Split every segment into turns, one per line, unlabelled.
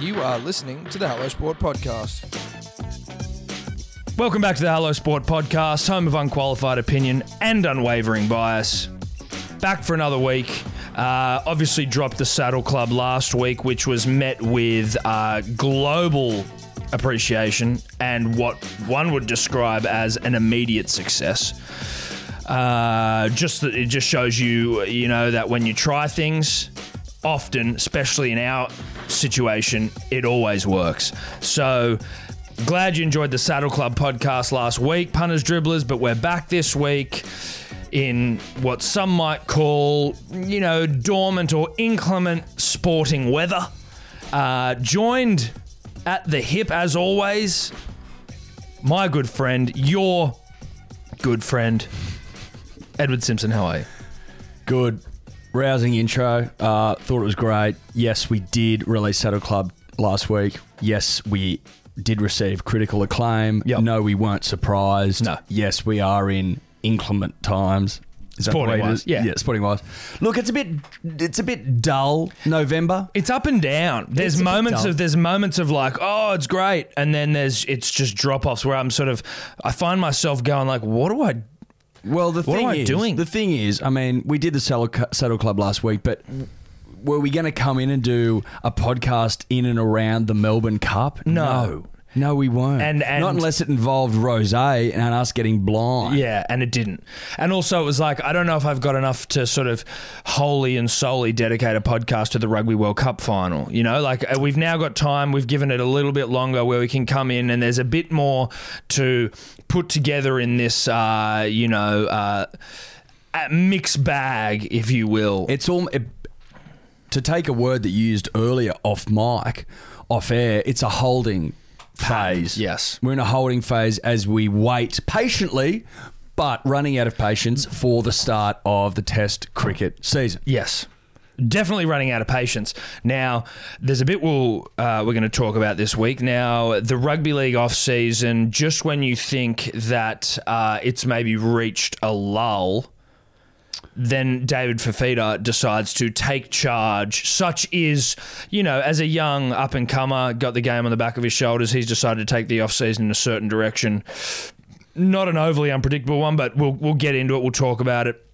You are listening to the Hello Sport Podcast.
Welcome back to the Hello Sport podcast, home of unqualified opinion and unwavering bias. Back for another week. Uh, obviously, dropped the Saddle Club last week, which was met with uh, global appreciation and what one would describe as an immediate success. Uh, just that it just shows you, you know, that when you try things, often, especially in our situation, it always works. So glad you enjoyed the Saddle Club podcast last week, punters, dribblers, but we're back this week in what some might call, you know, dormant or inclement sporting weather. Uh, joined at the hip, as always, my good friend, your good friend, Edward Simpson. How are you?
Good. Rousing intro. Uh, thought it was great. Yes, we did release Saddle Club last week. Yes, we did receive critical acclaim.
Yep.
No, we weren't surprised.
No.
Yes, we are in inclement times. Is that the way
Sporting
it
wise,
is?
yeah.
yeah, sporting wise. Look, it's a bit, it's a bit dull. November.
It's up and down. There's
It's a bit
moments
dull.
of there's moments of like, oh, it's great, and then there's it's just drop offs where I'm sort of I find myself going like, what do I?
Well, the
What am
thing
I
is,
doing?
the thing is, I mean, we did the saddle, Cu- saddle club last week, but were we going to come in and do a podcast in and around the Melbourne Cup?
No.
no, No, we weren't.
And- and-
not unless it involved rosé and us getting blind.
Yeah, and it didn't. And also, it was like I don't know if I've got enough to sort of wholly and solely dedicate a podcast to the Rugby World Cup final. You know, like uh, we've now got time. We've given it a little bit longer where we can come in and there's a bit more to put together in this, uh, you know, uh, uh, mixed bag, if you will.
It's all it, to take a word that you used earlier off mic, off air. It's a holding phase.
yes.
we're in a holding phase as we wait patiently, but running out of patience for the start of the Test cricket season.
Yes. Definitely running out of patience. Now, there's a bit we'll, uh, we're going to talk about this week. Now, the rugby league off season, just when you think that uh, it's maybe reached a lull, then David Fafita decides to take charge. Such is, you know, as a young up and comer, got the game on the back of his shoulders. He's decided to take the off season in a certain direction. Not an overly unpredictable one, but we'll we'll get into it. We'll talk about it.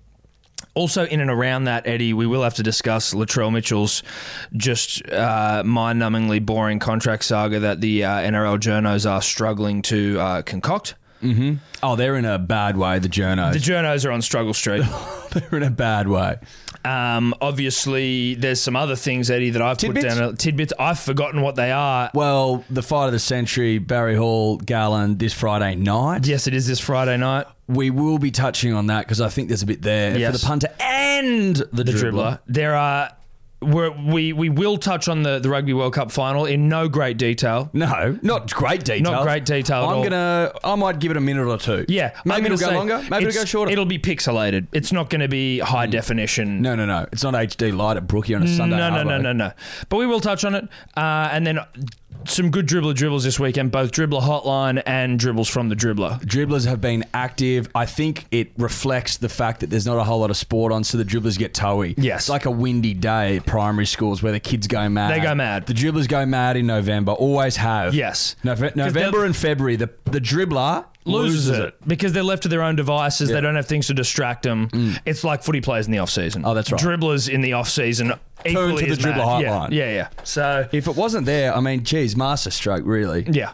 Also, in and around that, Eddie, we will have to discuss Latrell Mitchell's just uh, mind-numbingly boring contract saga that the uh, NRL journos are struggling to uh, concoct.
Oh, they're in a bad way. The journos.
The journos are on struggle street.
they're in a bad way.
Um, obviously, there's some other things, Eddie, that I've put
Tidbits?
down. Tidbits. I've forgotten what they are.
Well, the fight of the century, Barry Hall, Garland, this Friday night.
Yes, it is this Friday night.
We will be touching on that because I think there's a bit there
Yes.
for the punter and
the
the,
dribbler.
dribbler.
There are. We're, we we will touch on the, the Rugby World Cup final in no great detail.
No, not great detail.
Not great detail at
I'm
all.
gonna. I might give it a minute or two.
Yeah, I'm
maybe
gonna
it'll go
say
longer. Maybe it'll
it's-
go shorter. Mm.
It'll be pixelated. It's not going to be high definition.
no, no, no. It's not HD light at Brookie on a Sunday.
no, no,
night,
no,
right?
no, no. But we will touch on it, uh, and then some good dribbler dribbles this weekend. Both dribbler hotline and dribbles from the dribbler.
Dribblers have been active. I think it reflects the fact that there's not a whole lot of sport on, so the dribblers get towy.
Yes.
It's like a windy day at primary schools where the kids go mad.
They go mad.
The dribblers go mad in November. Always have.
Yes.
Nove- November
they'll-
and February, the, the dribbler
Loses, it. because they're left to their own devices. They don't have things to distract them. It's like footy players in the off season.
Mm. Oh, that's right.
Dribblers in the off season. equally
the
as
dribbler
mad. Yeah,
hotline.
Yeah, yeah. So
If it wasn't there, I mean, geez, masterstroke, really.
yeah,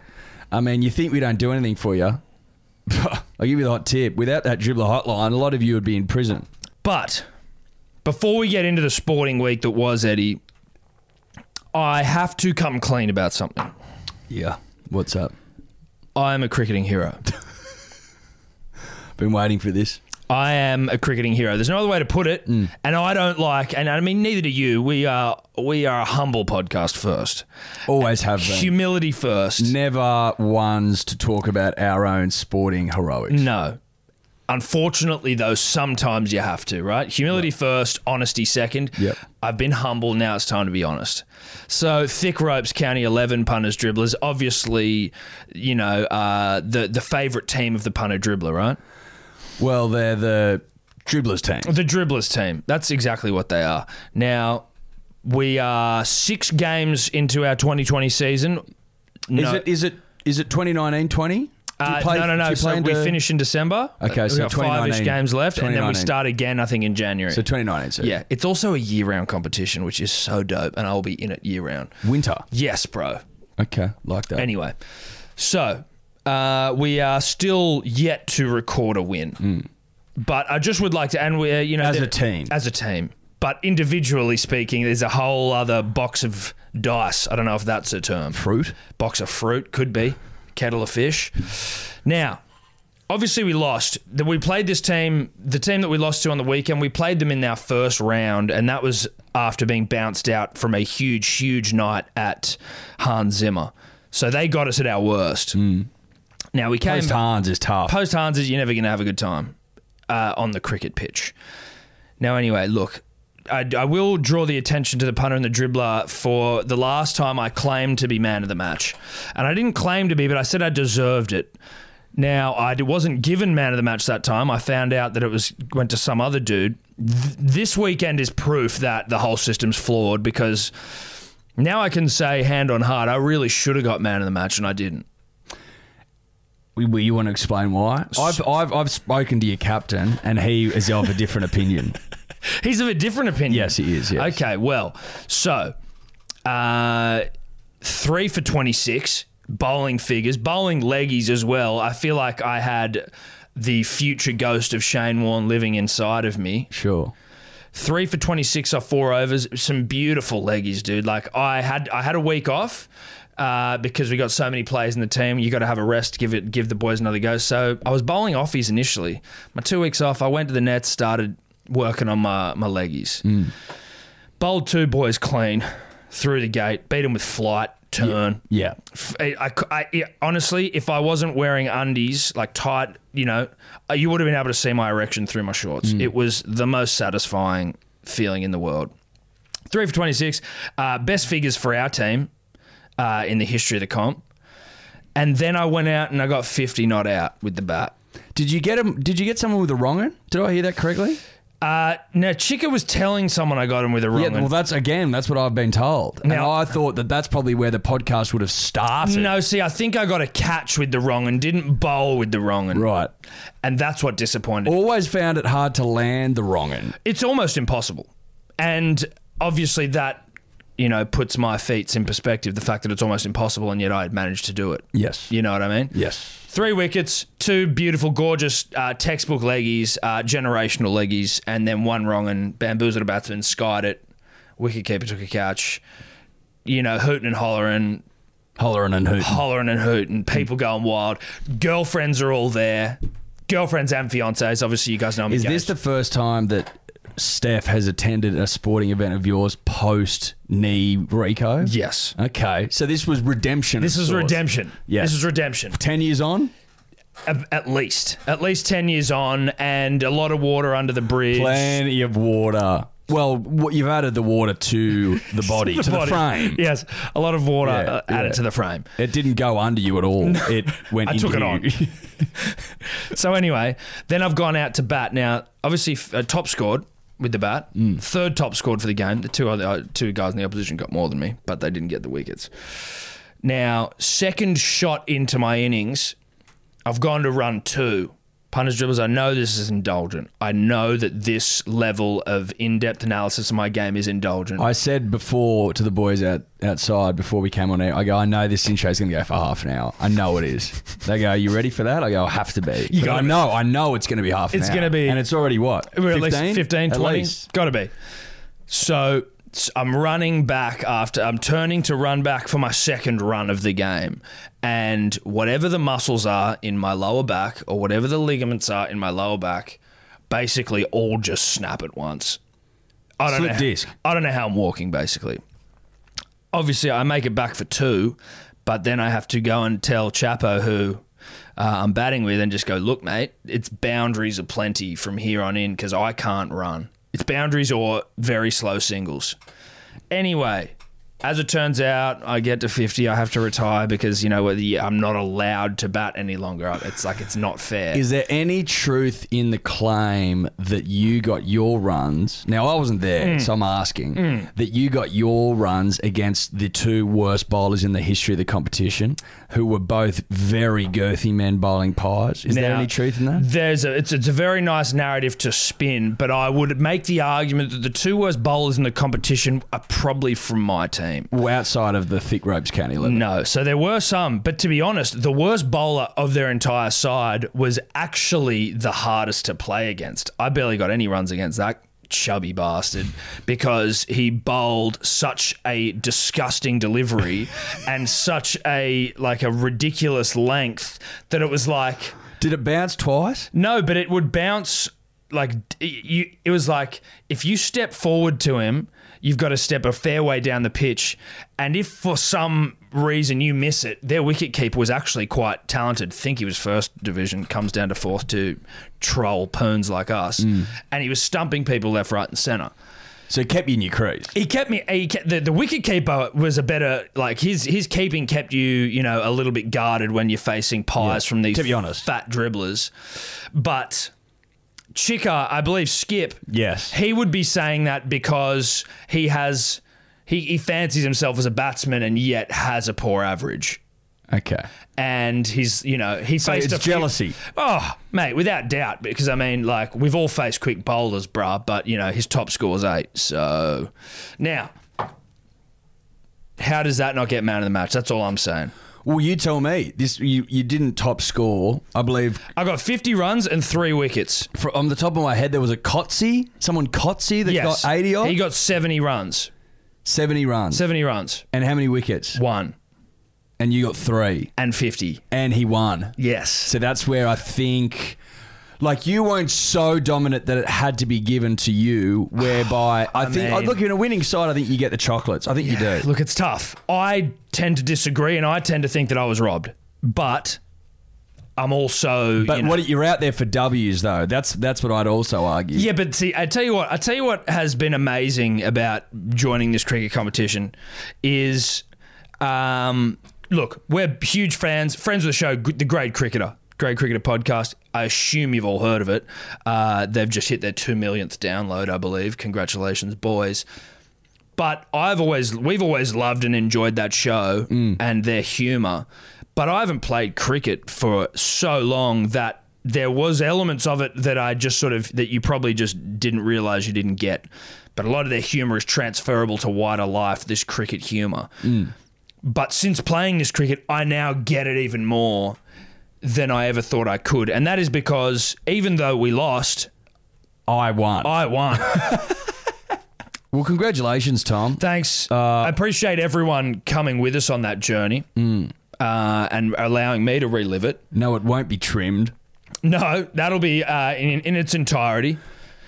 I mean, you think we don't do anything for you. I'll give you the hot tip. Without that dribbler hotline, a lot of you would be in prison.
But before we get into the sporting week that was, Eddie, I have to come clean about something.
Yeah. What's up?
I am a cricketing hero.
Been waiting for this.
I am a cricketing hero. There's no other way to put it.
Mm.
And I don't like, and I mean, neither do you. We are we are a humble podcast first,
Always have been.
humility first.
never ones to talk about our own sporting heroics.
No. Unfortunately, though, sometimes you have to, right? Humility first, honesty second.
Yep.
I've been humble. Now it's time to be honest. So, thick ropes, County 11 punters, dribblers. Obviously, you know, uh, the, the favourite team of the punter dribbler, right?
Well, they're the dribblers team.
The dribblers team. That's exactly what they are. Now, We are six games into our 2020 season.
Is it is it is it 2019 20?
Uh, no, no, no. So we finish in December.
Okay,
We've
so
got five-ish
2019.
games left, and then we
2019.
start again. I think in January.
So 2019. So
yeah, it's also a year-round competition, which is so dope, and I'll be in it year-round.
winter.
Yes, bro.
Okay, like that.
Anyway, so uh, we are still yet to record a win, but I just would like to, and we're you know
Hmm. As a
there-
team.
as a team, but individually speaking, there's a whole other box of dice. I don't know if that's a term.
Fruit.
Box of fruit could be kettle of fish. Now. Obviously, we lost. That we played this team, the team that we lost to on the weekend. We played them in our first round, and that was after being bounced out from a huge, huge night at Hans Zimmer. So they got us at our worst. Now we came
Post
back-
Hans is tough.
post Hans is you're never going to have a good time uh, on the cricket pitch. Now, anyway, look, I, I will draw the attention to the punter and the dribbler for the last time I claimed to be man of the match. And I didn't claim to be, but I said I deserved it. Now, I d- wasn't given man of the match that time. I found out that it was went to some other dude. Th- this weekend is proof that the whole system's flawed because now I can say hand on heart, I really should have got man of the match and I didn't.
We- we- you want to explain why? I've, I've I've spoken to your captain, and he is of a different opinion.
He's of a different opinion.
Yes, he is, yes.
Okay, well, so uh, three for 26, bowling figures, bowling leggies as well. I feel like I had the future ghost of Shane Warne living inside of me.
Sure.
Three for 26 off four overs. Some beautiful leggies, dude. Like, I had, I had a week off. Uh, because we got so many players in the team, you got to have a rest. Give it, give the boys another go. So I was bowling offies initially. My two weeks off, I went to the nets, started working on my my leggies. Bowled two boys clean through the gate, beat them with flight, turn.
Yeah.
F- I, I cou- I- yeah, honestly, if I wasn't wearing undies, like tight, you know, uh, you would have been able to see my erection through my shorts.
Mm.
It was the most satisfying feeling in the world. Three for 26, uh, best figures for our team uh, in the history of the comp. And then I went out and I got 50 not out with the bat.
Did you get him? Did you get someone with the wrong end? Did I hear that correctly?
Uh, now, Chica was telling someone I got him with a wrong
Yeah. Well,
one.
that's again. That's what I've been told.
Now-
and I thought that that's probably where the podcast would have started.
No, see, I think I got a catch with the wrong and didn't bowl with the wrong and
Right.
and that's what disappointed.
Always found it hard to land the wrong end.
It's almost impossible, and obviously that you know puts my feats in perspective. The fact that it's almost impossible, and yet I had managed to do it.
Yes.
You know what I mean?
Yes.
Three wickets, two beautiful, gorgeous uh, textbook leggies, uh, generational leggies, and then one wrong and bamboozled a batsman, skied it. Wicketkeeper took a catch. You know, hooting and hollering,
Hollering and hooting.
hollering and hooting, people going wild. Girlfriends are all there. Girlfriends and fiancés. Obviously, you guys know I'm
Is this
engaged.
the first time that Steph has attended a sporting event of yours post knee Rico?
Yes.
Okay, so this was redemption.
This
of
is
sorts.
redemption.
Yes.
This is redemption.
Ten years on,
At, at least. At least 10 years on and a lot of water under the bridge.
plenty of water. Well, what you've added the water to the body, to
Body.
the frame.
Yes. A lot of water
Yeah,
uh, added
yeah.
to the frame.
It didn't go under you at all. It went.
I
into
took it on.
you.
So anyway, then I've gone out to bat. Now, obviously, f- uh, top scored with the bat.
Mm.
Third top scored for the game. The two other uh, two guys in the opposition got more than me, but they didn't get the wickets. Now, second shot into my innings, I've gone to run two. Punters, dribblers, I know this is indulgent. I know that this level of in-depth analysis of my game is indulgent.
I said before to the boys out, outside before we came on air. I go, I know this intro is going to go for half an hour. I know it is. They go, Are you ready for that? I go, I have to be. But
gotta
I
be.
know, I know it's going to be half. An
It's
hour.
gonna be-
and it's already what?
We're at least 15,
15,
20.
At least.
Got to be. So s- I'm running back after, I'm turning to run back for my second run of the game. And whatever the muscles are in my lower back or whatever the ligaments are in my lower back, basically all just snap at once. I don't
Slip
know.
disc.
I don't know how I'm walking, basically. Obviously, I make it back for two, but then I have to go and tell Chapo who uh, I'm batting with and just go, look, mate, it's boundaries aplenty from here on in because I can't run. It's boundaries or very slow singles. Anyway, As it turns out, I get to 50. I have to retire because, you know, the- I'm not allowed to bat any longer. It's like, it's not fair.
Is there any truth in the claim that you got your runs? Now, I wasn't
Mm.
there, so I'm asking that you got your runs against the two worst bowlers in the history of the competition, who were both very girthy men bowling pies. Is there
Now,
any truth in that?
There's a it's it's a very nice narrative to spin, but I would make the argument that the two worst bowlers in the competition are probably from my team.
Well, Outside of the thick ropes county level.
No, so there were some, but to be honest, the worst bowler of their entire side was actually the hardest to play against. I barely got any runs against that chubby bastard because he bowled such a disgusting delivery and such a like a ridiculous length that it was like
Did it bounce twice?
no, but it would bounce like d- you. It was like if you step forward to him, you've got to step a fair way down the pitch, and if for some reason you miss it, their wicket keeper was actually quite talented. Think he was first division, comes down to fourth to troll perns like us, and he was stumping people left, right, and centre.
So it kept you in your crease.
He kept me. He kept, the the wicket keeper was a better like his his keeping kept you you know a little bit guarded when you're facing pies
Yeah,
from these
to be honest.
fat dribblers, but Chica I believe Skip
Yes.
he would be saying that because he has he, he fancies himself as a batsman and yet has a poor average
Okay.
and he's you know he faced
it's
a few-
jealousy.
Oh, mate, without doubt, because I mean, like we've all faced quick bowlers, bruh. But you know his top score's eight. So now, how does that not get man of the match? That's all I'm saying.
Well, you tell me. This you, you didn't top score. I believe
I got 50 runs and three wickets.
fr on the top of my head there was a Kotze, someone Kotze that
Yes,
got 80 off,
He got 70 runs.
70 runs.
70 runs,
And how many wickets?
one
And you got 3
and 50.
and he won.
Yes.
So that's where I think like you weren't so dominant that it had to be given to you whereby I, think oh,
mean-
look in a winning side I think you get the chocolates. I think you do.
Look, it's tough. I tend to disagree, and I tend to think that I was robbed. But I'm also
But
you know,
what you're out there for W's though. That's that's what I'd also argue.
Yeah, but see, I tell you what, I tell you what has been amazing about joining this cricket competition is, um, look, we're huge fans, friends of the show, G- the Great Cricketer, Great Cricketer podcast. I assume you've all heard of it. Uh, they've just hit their two millionth download, I believe. Congratulations, boys. But I've always, we've always loved and enjoyed that show and their humour. But I haven't played cricket for so long that there was elements of it that I just sort of that you probably just didn't realise you didn't get. But a lot of their humour is transferable to wider life. This cricket humour. But since playing this cricket, I now get it even more than I ever thought I could, and that is because even though we lost,
I won.
I won.
well, congratulations, Tom.
Thanks. I appreciate everyone coming with us on that journey uh, and allowing me to relive it.
No, it won't be trimmed.
No, that'll be uh, in, in its entirety.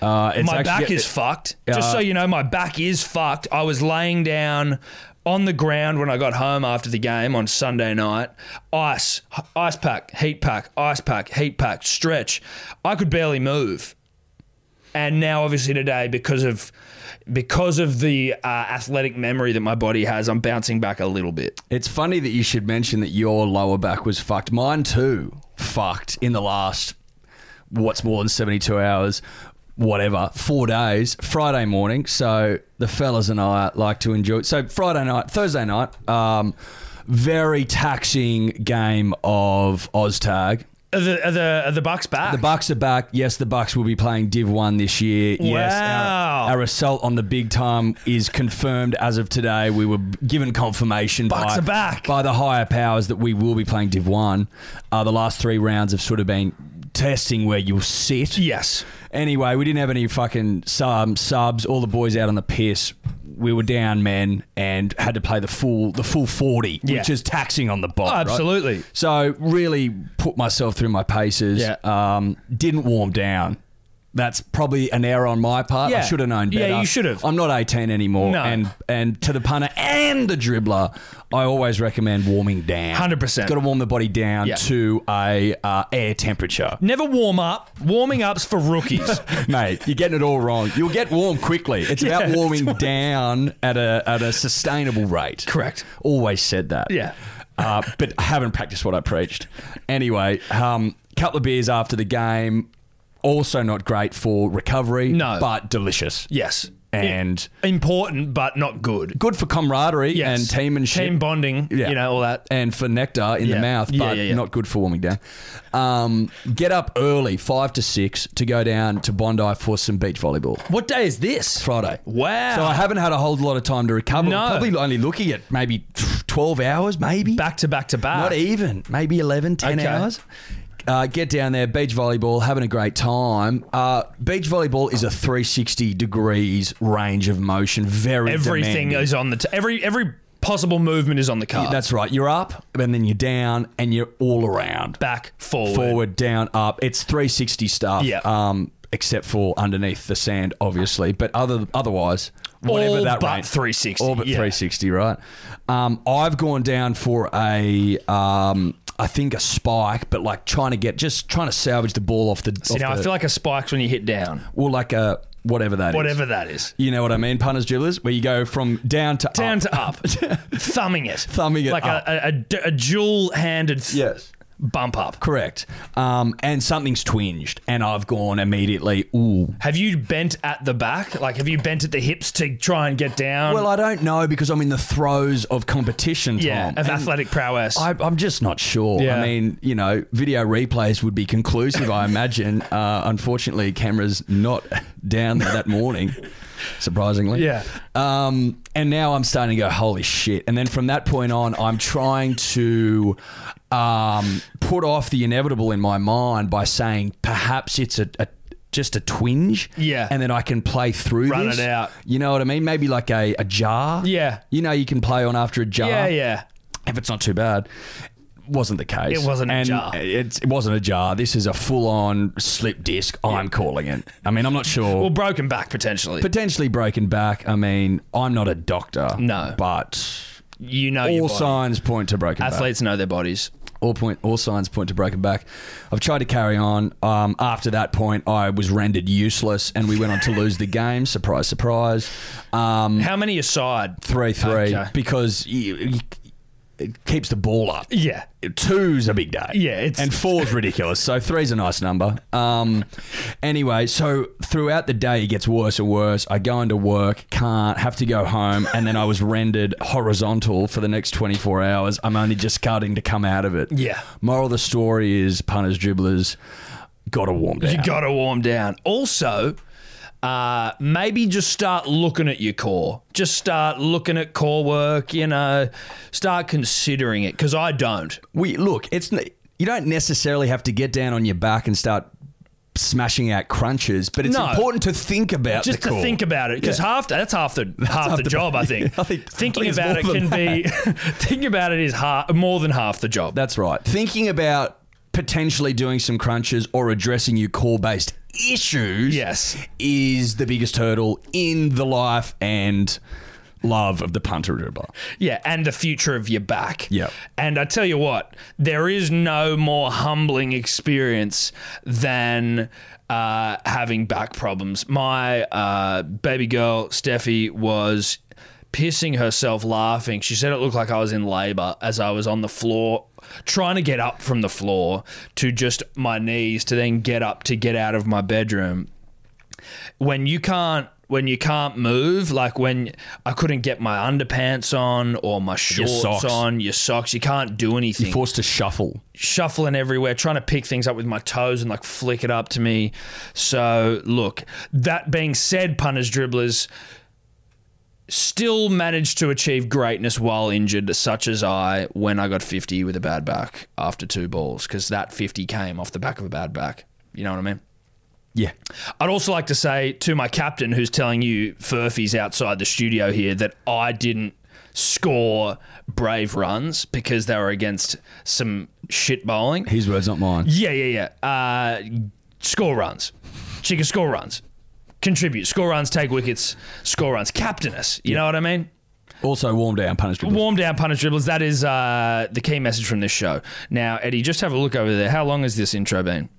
Uh, it's
my
actually-
back is fucked. Just
Uh,
so you know, my back is fucked. I was laying down on the ground when I got home after the game on Sunday night. Ice, h- ice pack, heat pack, ice pack, heat pack, stretch. I could barely move. And now, obviously, today because of because of the uh, athletic memory that my body has, I'm bouncing back a little bit.
It's funny that you should mention that your lower back was fucked. Mine too, fucked in the last what's more than seventy two hours, whatever, four days. Friday morning, so the fellas and I like to enjoy. So Friday night, Thursday night, um, very taxing game of OzTag.
Are the are the are the Bucks back?
The Bucks are back. Yes, the Bucks will be playing Div One this year. Yes,
Wow.
our, our assault on the big time is confirmed as of today. We were given confirmation
Bucks
by,
are back.
by the higher powers that we will be playing Div One. Uh, the last three rounds have sort of been testing where you'll sit.
yes.
Anyway, we didn't have any fucking sub, subs. All the boys out on the piss. We were down men and had to play the full the full forty,
Yeah. Oh,
which is taxing on the body.
absolutely.
So really put myself through my paces.
Yeah.
Um, didn't warm down. that's probably an error on my part. I
Yeah.
should have known
Yeah,
better.
you should have.
I'm not 18 anymore.
No.
And and to the punter and the dribbler, I always recommend warming down.
100%.
Got to warm the body down
Yeah.
to a uh, air temperature.
Never warm up. Warming up's for rookies.
Mate, you're getting it all wrong. You'll get warm quickly. It's about
Yeah.
warming down at a at a sustainable rate.
Correct.
Always said that.
Yeah.
Uh, but I haven't practiced what I preached. Anyway, um, couple of beers after the game, also not great for recovery.
No.
but delicious.
yes.
And-
I- important, but not good.
Good for camaraderie
Yes.
and team and shit.
Team bonding.
Yeah.
You know all that.
and for nectar in
Yeah.
the mouth, but
Yeah, yeah, yeah.
not good for warming down. Um, get up early, five to six, to go down to Bondi for some beach volleyball.
What day is this?
Friday.
Wow.
So I haven't had a whole lot of time to recover.
No.
Probably only looking at maybe 12 hours, maybe.
back to back to back.
Not even. Maybe 11, 10
Ah. Okay.
hours. Uh, get down there, beach volleyball, having a great time. Uh, beach volleyball is a 360 degrees range of motion. Very
Everything
demanding.
is on the t- every every possible movement is on the card.
That's right. You're up, and then you're down, and you're all around.
back forward.
forward, down, up. It's 360 stuff.
Yeah.
Um, except for underneath the sand, obviously. But other otherwise, whatever
All
that
but
range-
360,
All but
yeah.
360, right? Um, I've gone down for a. Um, I think a spike, but like trying to get, just trying to salvage the ball off the.
See,
off
now I
the-
feel like a spike's when you hit down.
or like a whatever that is.
Whatever that is.
You know what I mean, punters, dribblers, where you go from down to
Down
up.
to up. Thumbing it.
Thumbing it
Like
up.
A, a, a d- a dual handed
Yes.
bump up.
Correct. Um, and something's twinged, and I've gone immediately. Ooh,
Have you bent at the back? Like, have you bent at the hips to try and get down?
Well, I don't know because I'm in the throes of competition, Tom.
yeah, of
And
athletic prowess.
I, I'm just not sure.
Yeah.
I mean, you know, video replays would be conclusive, I imagine. Uh, unfortunately, cameras not down there that morning, surprisingly.
Yeah.
Um, and now I'm starting to go, holy shit. And then from that point on, I'm trying to um, put off the inevitable in my mind by saying perhaps it's a. a just a twinge,
Yeah.
and then I can play through
Run
this.
it out.
You know what I mean? Maybe like a, a jar.
Yeah.
You know, you can play on after a jar.
yeah, yeah.
If it's not too bad. Wasn't the case.
It wasn't a
And
jar.
It's, it wasn't a jar. This is a full on slip disc. I'm calling it. I mean, I'm not sure.
Well, broken back potentially. But
Potentially broken back. I mean, I'm not a doctor.
No.
But
you know, your
all
body.
signs point to broken back.
athletes know their bodies.
All point, all signs point to breaking back. I've tried to carry on. Um, after that point, I was rendered useless, and we went on to lose the game. Surprise, surprise. Um,
How many aside?
three three
Okay.
because you, you, it keeps the ball up.
Yeah.
Two's a big day.
Yeah, it's-
and four's ridiculous. So three's a nice number. Um, anyway, so throughout the day it gets worse and worse. I go into work, can't, have to go home, and then I was rendered horizontal for the next twenty four hours. I'm only just starting to come out of it.
Yeah.
Moral of the story is punters, dribblers, gotta warm down.
You got to warm down. Also, uh, maybe just start looking at your core. Just start looking at core work, you know, start considering it because I don't.
We look, it's n- you don't necessarily have to get down on your back and start smashing out crunches, but it's
No.
important to think about
Just
the
to
core.
think about it because half that's half the half, the, job, I think.
I think-
thinking
I think it's
about it
more
can
than
be thinking about it is half, more than half the job.
That's right. Thinking about potentially doing some crunches or addressing your core based issues
Yes.
is the biggest hurdle in the life and love of the punter dribbler.
Yeah, and the future of your back.
Yep.
And I tell you what, there is no more humbling experience than uh, having back problems. My uh, baby girl, Steffi, was pissing herself laughing. She said it looked like I was in labor as I was on the floor trying to get up from the floor to just my knees to then get up to get out of my bedroom when you can't when you can't move, like when I couldn't get my underpants on or my shorts
socks.
on, your socks, you can't do anything.
Forced to shuffle.
Shuffling everywhere, trying to pick things up with my toes and like flick it up to me. So look, that being said, punters dribblers still managed to achieve greatness while injured, such as I when I got fifty with a bad back after two balls, because that fifty came off the back of a bad back. You know what I mean?
Yeah.
I'd also like to say to my captain, who's telling you Furphy's outside the studio here, that I didn't score brave runs because they were against some shit bowling.
His words, not mine.
Yeah, yeah, yeah. Uh, score runs. She can score runs, contribute, score runs, take wickets, score runs, captain us. You know what I mean?
Also, warm down, punish dribbles.
Warm down, punish dribblers. That is uh, the key message from this show. Now, Eddie, just have a look over there. How long has this intro been?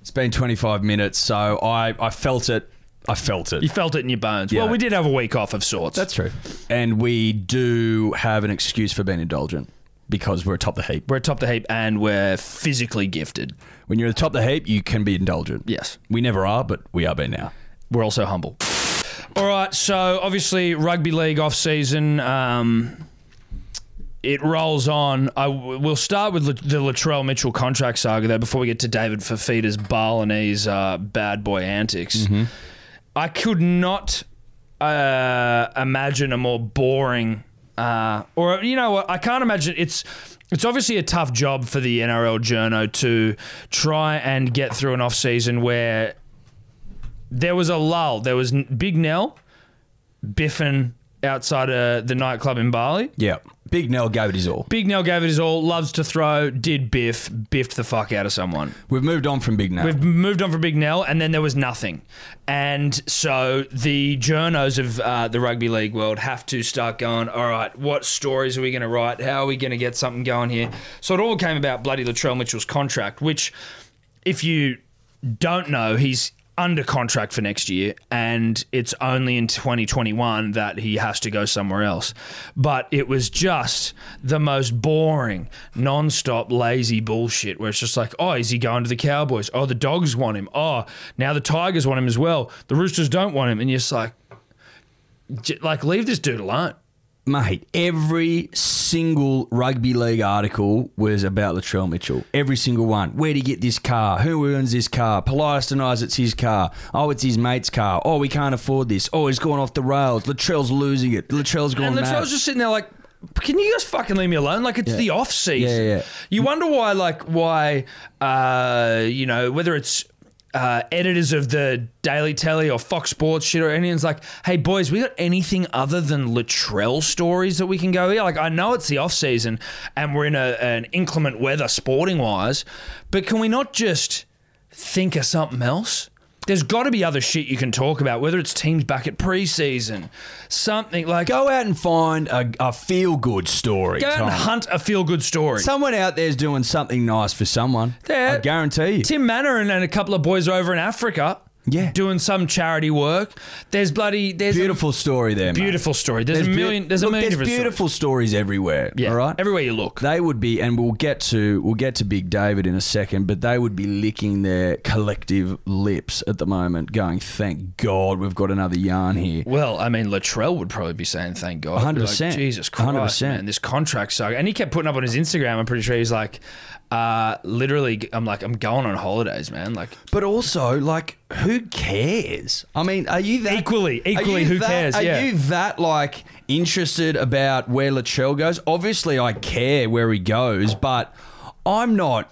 It's been 25 minutes, so I, I felt it. I felt it.
You felt it in your bones. Well,
Yeah.
we did have a week off of sorts.
true. And we do have an excuse for being indulgent because we're atop the heap.
we're atop the heap and we're physically gifted.
When you're at the top of the heap, you can be indulgent.
Yes.
We never are, but we are being now.
we're also humble. All right, so obviously rugby league off season, um, it rolls on. I w- we'll start with the Latrell Mitchell contract saga though before we get to David Fafita's Balinese uh, bad boy antics. I could not uh, imagine a more boring, uh, or you know, what, I can't imagine. It's it's obviously a tough job for the NRL journo to try and get through an off season where there was a lull. There was n- Big Nell biffing outside uh, the nightclub in Bali.
Yeah. Big Nell gave it his all.
Big Nell gave it his all, loves to throw, did biff, biffed the fuck out of someone.
We've moved on from Big Nell.
We've moved on from Big Nell, and then there was nothing. And so the journos of uh, the rugby league world have to start going, all right, what stories are we going to write? How are we going to get something going here? So it all came about bloody Latrell Mitchell's contract, which, if you don't know, he's under contract for next year, and it's only in 2021 that he has to go somewhere else. But it was just the most boring, non stop, lazy bullshit where it's just like, oh, is he going to the Cowboys? Oh, the dogs want him. Oh, now the Tigers want him as well. The Roosters don't want him. And you're just like, j- like, leave this dude alone.
Mate, every single rugby league article was about Latrell Mitchell. Every single one. Where'd he get this car? Who owns this car? Polias denies it's his car. Oh, it's his mate's car. Oh, we can't afford this. Oh, he's gone off the rails. Latrell's losing it. Latrell's gone
And
mad.
Latrell's just sitting there like, can you guys fucking leave me alone? Like it's the off season.
Yeah, yeah.
You wonder why, like, why, uh, you know, whether it's uh, editors of the Daily Telly or Fox Sports shit or anyone's like, hey boys, we got anything other than Latrell stories that we can go here? Like, I know it's the off season and we're in a, an inclement weather sporting wise, but can we not just think of something else? There's got to be other shit you can talk about, whether it's teams back at preseason, something like
Go out and find a, a feel good story.
Go out
Tom.
and hunt a feel good story.
Someone out there's doing something nice for someone.
Yeah.
I guarantee you.
Tim Manor and, and a couple of boys are over in Africa.
Yeah.
Doing some charity work. There's bloody there's
Beautiful story there,
a
mate.
beautiful story. There's, a
beau-
million there's
Look,
a million
There's
different
beautiful stories. everywhere.
stories. Yeah.
All right.
Everywhere you look.
They would be, and we'll get to we'll get to Big David in a second, but they would be licking their collective lips at the moment, going, "Thank God we've got another yarn here."
well, I mean, Latrell would probably be saying, "Thank God." He'd be
100%.
Like, Jesus Christ,
100%.
man, this contract saga. And he kept putting up on his Instagram. I'm pretty sure he's like, uh, literally, I'm like, I'm going on holidays, man. Like,
But also, like, who cares? I mean, are you that
Equally,
are
equally,
you
who
that-
cares?
Are
Yeah.
you that like interested about where Latrell goes? Obviously, I care where he goes, but I'm not.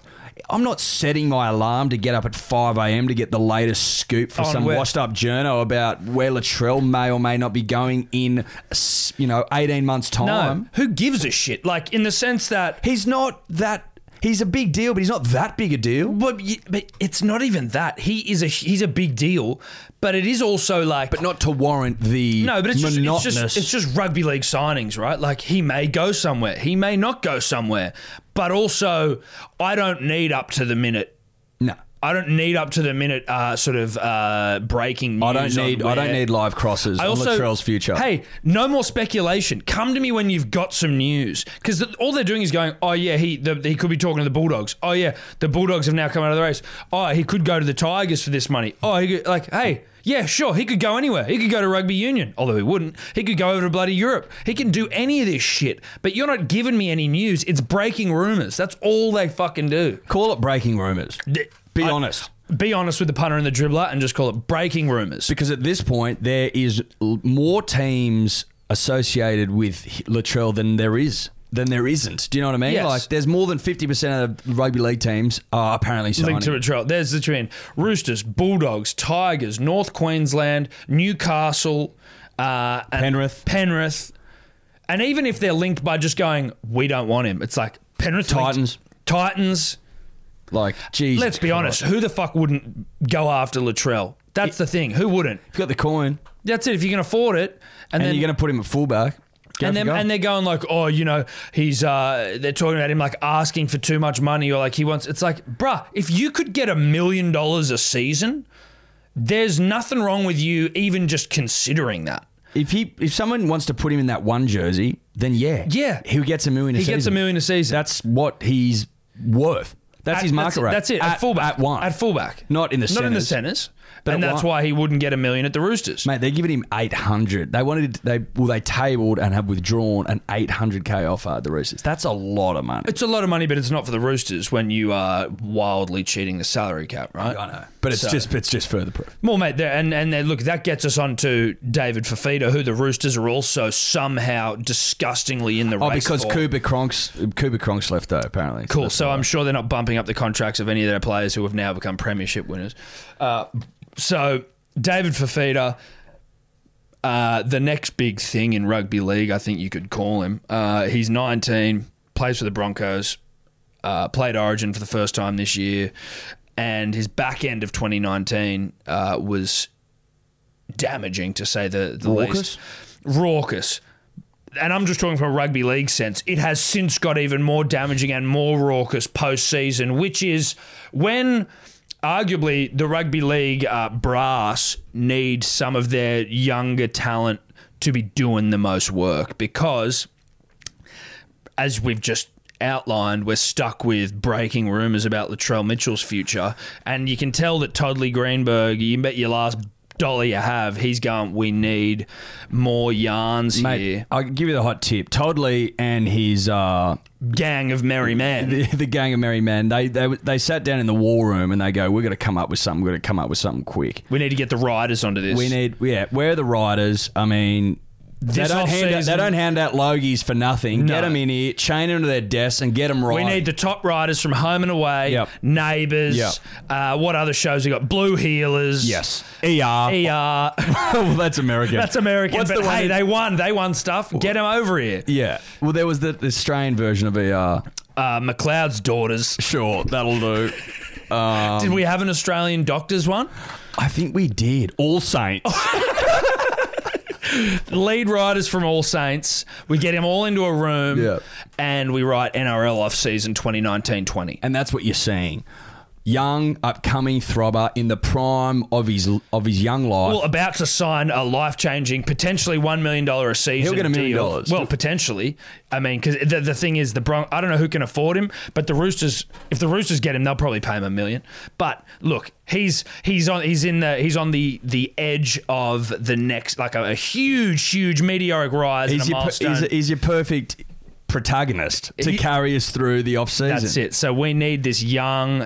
I'm not setting my alarm to get up at 5 a.m. to get the latest scoop for
On
some
where-
washed-up journo about where Latrell may or may not be going in, s- you know, 18 months'
no,
time.
who gives a shit? Like, in the sense that
He's not that. He's a big deal, but he's not that big a deal.
But, y- but it's not even that. He is a he's a big deal, but it is also like
But not to warrant the
no, but it's just, it's
monotonous.
just it's just rugby league signings, right? Like he may go somewhere, he may not go somewhere, but also I don't need up to the minute.
no.
I don't need up to the minute uh, sort of uh, breaking news.
I don't
on
need I don't
where-
need live crosses
I
on Latrell's future.
Hey, no more speculation. Come to me when you've got some news, because all they're doing is going. Oh yeah, he the, he could be talking to the Bulldogs. Oh yeah, the Bulldogs have now come out of the race. Oh, he could go to the Tigers for this money. Oh, he could, like hey. Yeah, sure. He could go anywhere. He could go to rugby union, although he wouldn't. He could go over to bloody Europe. He can do any of this shit. But you're not giving me any news. It's breaking rumors. That's all they fucking do.
Call it breaking rumors. Be
I-
honest.
Be honest with the punter and the dribbler, and just call it breaking rumors.
Because at this point there is l- more teams associated with H- Latrell than there is than there isn't. Do you know what I mean?
Yes.
Like there's more than 50% of rugby league teams are apparently signing.
Linked to a trail. There's the trend. Roosters, Bulldogs, Tigers, North Queensland, Newcastle, uh, and
Penrith.
Penrith. And even if they're linked by just going, we don't want him, it's like Penrith. linked-
Titans.
Titans.
Like, geez,
Let's be honest. Who the fuck wouldn't go after Latrell? That's the thing. Who wouldn't?
If you got the coin,
That's it. If you can afford it, and,
and
then
you're going to put him at fullback. go
and
for
then
goal.
and they're going like, oh, you know, he's uh, they're talking about him like asking for too much money or like he wants. It's like, bruh, if you could get a million dollars a season, there's nothing wrong with you even just considering that.
if he if someone wants to put him in that one jersey, then yeah,
Yeah.
he gets a million. A
He gets a
season.
million a season.
That's what he's worth. That's
At-
his market
that's,
rate.
That's it. At, fullback.
At one.
At fullback.
Not in the
not in the
centres.
centers.
But
and
at
that's
one-
why he wouldn't get a million at the Roosters.
Mate, they're giving him eight hundred. They wanted they well they tabled and have withdrawn an eight hundred k offer at the Roosters. That's a lot of money.
It's a lot of money, but it's not for the Roosters when you are wildly cheating the salary cap, right?
I know, but it's
So-
just it's just further proof.
Well, mate, there, and and there, look, that gets us on to David Fafita, who the Roosters are also somehow disgustingly in the
Oh,
race.
because
for.
Cooper Cronks Cooper Cronks left though apparently.
Cool. So I'm sure they're not bumping up the contracts of any of their players who have now become premiership winners. Uh, so David Fafita, uh, the next big thing in rugby league, I think you could call him. Uh, he's 19, plays for the Broncos, uh, played Origin for the first time this year, and his back end of 2019 uh, was damaging to say the, the least. Raucous. And I'm just talking from a rugby league sense. It has since got even more damaging and more raucous postseason, which is when arguably the rugby league uh, brass need some of their younger talent to be doing the most work because as we've just outlined, we're stuck with breaking rumours about Latrell Mitchell's future. And you can tell that Toddley Greenberg, you bet your last dollar you have, he's going, we need more yarns
Mate,
here.
I'll give you the hot tip. Todd Lee and his uh,
Gang of merry men.
the, the gang of merry men, they, they they sat down in the war room and they go, "We're going to come up with something. We're going to come up with something quick.
We need to get the riders onto this.
We need, yeah, where are the riders? I mean." They
This
don't, hand out,
off-season-
they don't hand out logies for nothing. Get
No.
them in here, chain them to their desks, and get them right.
We need the top riders from home and away,
Yep.
neighbours.
Yep.
Uh, what other shows we got? Blue Healers.
yes, ER.
ER.
well, that's American.
That's American.
What's
but
the one
hey,
in-
they won. They won stuff. Get them over here.
yeah. Well, there was the the Australian version of ER.
Uh, McLeod's daughters.
Sure, that'll do.
Did
Um,
we have an Australian doctors one?
I think we did. All Saints.
Lead writers from All Saints. We get him all into a room
Yeah.
and we write NRL off season 2019 20.
and that's what you're seeing. Young, upcoming throbber in the prime of his of his young life.
Well, about to sign a life changing, potentially $1 million a season.
He'll get a million
deal.
dollars.
Well, potentially. I mean, because the, the thing is, the Bron- I don't know who can afford him, but the Roosters, if the Roosters get him, they'll probably pay him a million. But look, he's he's on he's in the he's on the the edge of the next like a, a huge huge meteoric rise
he's,
and a
your, per-
milestone.
he's, he's your perfect protagonist to
He-
carry us through the off season.
That's it. So we need this young,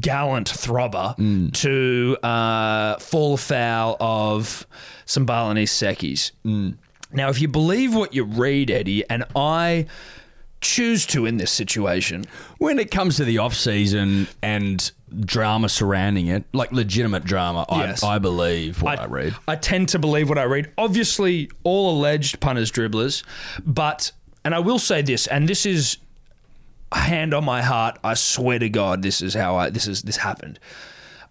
gallant throbber to uh, fall foul of some Balinese Sekis. Now, if you believe what you read, Eddie, and I choose to in this situation,
When it comes to the off season and drama surrounding it, like legitimate drama,
Yes.
I, I believe what I, read.
I tend to believe what I read. Obviously, all alleged punters, dribblers, but and I will say this, and this is hand on my heart. I swear to God, this is how I this is this happened.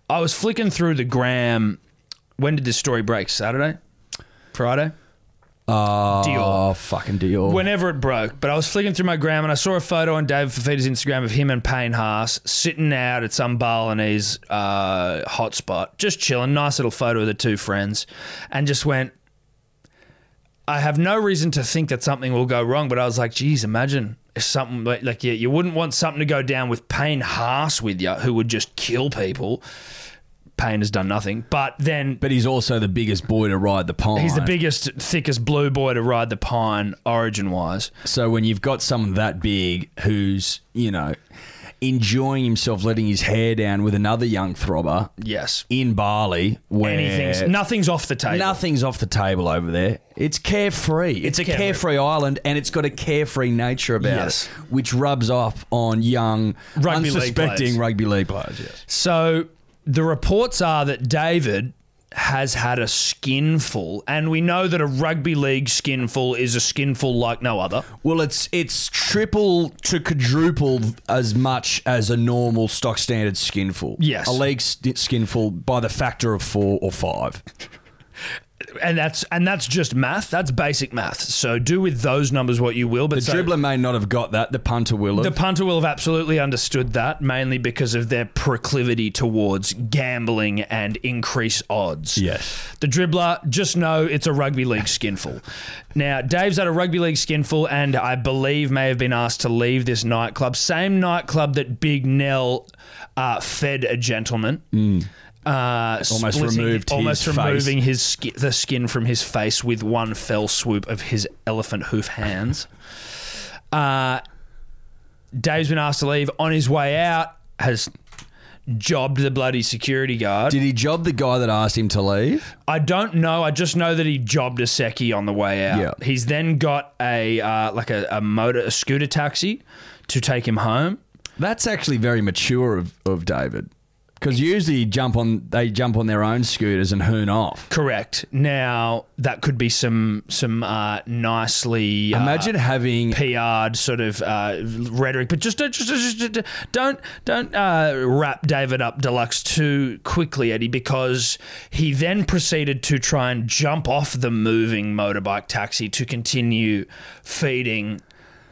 I was flicking through the gram. When did this story break? Saturday, Friday.
Oh,
Dior.
fucking Dior.
Whenever it broke, but I was flicking through my gram and I saw a photo on David Fafita's Instagram of him and Payne Haas sitting out at some Balinese uh, hotspot, just chilling. Nice little photo of the two friends, and just went. I have no reason to think that something will go wrong, but I was like, geez, imagine if something like, like you, you wouldn't want something to go down with Payne Haas with you, who would just kill people. Payne has done nothing, but then
but he's also the biggest boy to ride the pond.
he's the biggest, thickest blue boy to ride the pine, origin wise.
So when you've got someone that big who's, you know, enjoying himself, letting his hair down with another young throbber
Yes.
in Bali, where
anything's nothing's off the table.
nothing's off the table over there. It's carefree. It's, a
carefree.
carefree. island, and it's got a carefree nature about
Yes.
it, which rubs off on young,
Rugby league
unsuspecting
players.
rugby league players. Yes.
So the reports are that David has had a skinful, and we know that a rugby league skinful is a skinful like no other.
Well, it's it's triple to quadruple as much as a normal stock standard skinful.
Yes.
a league st- skinful by the factor of four or five.
and that's and that's just math. That's basic math. So do with those numbers what you will. But
The
so-
dribbler may not have got that. The punter will have.
the punter will have absolutely understood that, mainly because of their proclivity towards gambling and increase odds.
Yes.
The dribbler, just know it's a rugby league skinful. Now, Dave's at a rugby league skinful and I believe may have been asked to leave this nightclub. Same nightclub that Big Nell uh, fed a gentleman. Uh,
Mm. Almost
splitting-
removed his
almost
face.
removing his ski- the skin from his face with one fell swoop of his elephant hoof hands. Uh, Dave's been asked to leave. On his way out, has jobbed the bloody security guard.
Did he job the guy that asked him to leave?
I don't know. I just know that he jobbed a secchi on the way out.
Yeah.
He's then got a uh, like a, a motor, a scooter taxi, to take him home.
That's actually very mature of, of David, because usually you jump on they jump on their own scooters and hoon off.
Correct. Now that could be some some uh, nicely uh,
Imagine having
PR'd sort of uh, rhetoric, but just, just, just, just- don't don't uh, wrap David up deluxe too quickly, Eddie, because he then proceeded to try and jump off the moving motorbike taxi to continue feeding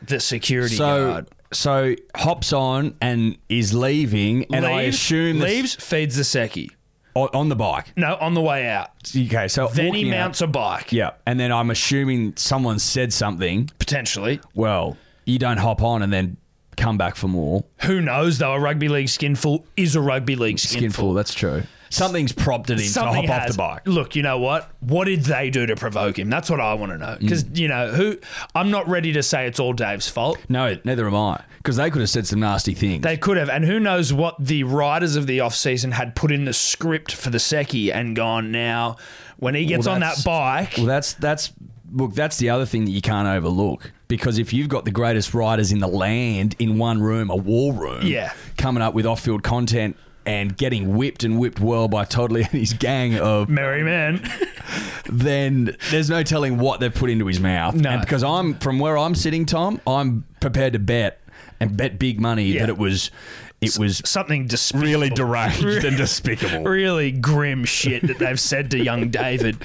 the security
so
guard.
so hops on and is leaving, and I
Leaves-
assume this-
leaves feeds the secchi.
on, on the bike.
No, on the way out,
Okay, so
then he
walking out-
mounts a bike.
Yeah, and then I'm assuming someone said something.
potentially.
Well, you don't hop on and then come back for more.
Who knows? Though a rugby league skinful is a rugby league skinful.
Skinful, that's true. Something's prompted him to hop off
has-
the bike.
Look, you know what? What did they do to provoke him? That's what I want to know.
Mm.
Because you know who? I'm not ready to say it's all Dave's fault.
No, neither am I, because they could have said some nasty things.
They could have, and who knows what the writers of the off season had put in the script for the Seki and gone. Now, when he gets
Well,
on that
that's-
bike,
well, that's that's look, that's the other thing that you can't overlook because if you've got the greatest writers in the land in one room, a war room,
Yeah.
coming up with off-field content and getting whipped and whipped well by Toddley and his gang of
merry men.
then there's no telling what they've put into his mouth.
No.
And because I'm from where I'm sitting, Tom, I'm prepared to bet and bet big money
Yeah.
that it was it was
Something despicable.
really deranged and despicable.
really grim shit that they've said to young David.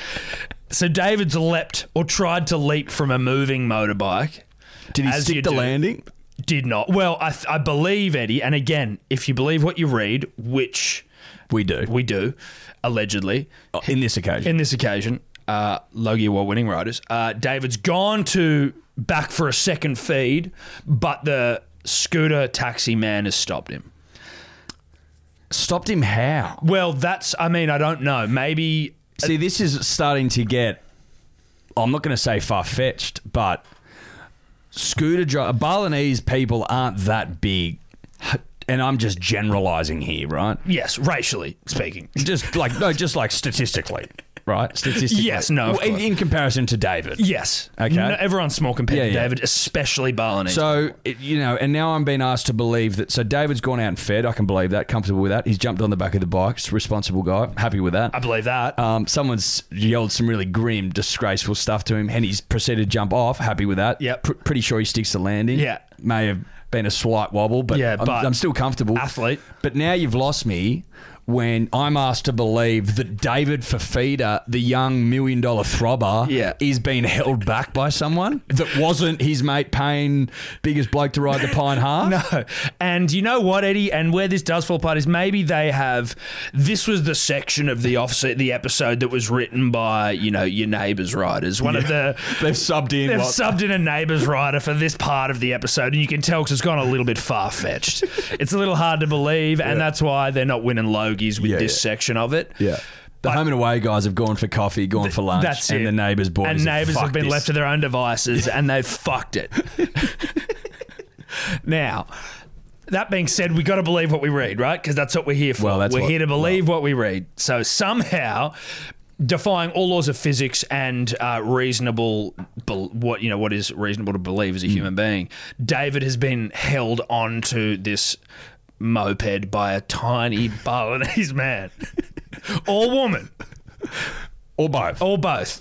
So David's leapt or tried to leap from a moving motorbike.
Did he
As you
stick the
do.
landing?
Did not. Well, I, th- I believe, Eddie, and again, if you believe what you read, which
We do.
we do, allegedly,
in this occasion.
in this occasion, uh, Logie Award winning riders, uh, David's gone to back for a second feed, but the scooter taxi man has stopped him.
Stopped him how?
Well, that's, I mean, I don't know. Maybe
See, this is starting to get I'm not gonna say far fetched, but scooter dri Balinese people aren't that big. And I'm just generalizing here, right?
Yes, racially speaking.
Just like no, just like statistically, right? Statistically,
Yes, no, of
Well, in,
course.
in comparison to David,
Yes.
Okay.
everyone's small compared
Yeah,
to
yeah.
David, especially Balinese.
So it, you know, and now I'm being asked to believe that. So David's gone out and fed. I can believe that. Comfortable with that. He's jumped on the back of the bike. He's a responsible guy. Happy with that.
I believe that.
Um, someone's yelled some really grim, disgraceful stuff to him, and he's proceeded to jump off. Happy with that.
Yep.
Pr- pretty sure he sticks the landing.
Yeah.
May have been a slight wobble, but
Yeah,
I'm,
but-
I'm still comfortable.
Athlete.
But now you've lost me when I'm asked to believe that David Fafita, the young million dollar throbber,
Yeah.
is being held back by someone that wasn't his mate Payne, biggest bloke to ride the Pine Half.
no. And you know what, Eddie? And where this does fall apart is maybe they have. This was the section of the offset, the episode that was written by you know your neighbours writers. One of the
They've subbed in.
They've
what-
subbed in a neighbours writer for this part of the episode, and you can tell because it's gone a little bit far fetched. it's a little hard to believe, and that's why they're not winning Logies with
Yeah,
this
yeah.
section of it.
yeah. The home and away guys have gone for coffee, gone for lunch,
That's
and
it.
the neighbours' boys
and neighbors have
fucked
been
this.
left to their own devices and they've fucked it. now, that being said, we got to believe what we read, right? Because that's what we're here for.
Well, that's
we're
what-
here to believe what we read. So somehow. Defying all laws of physics and uh, reasonable, bel what you know, what is reasonable to believe
Hmm.
as a human being, David has been held onto this moped by a tiny Balinese man or woman.
Or both.
Or both.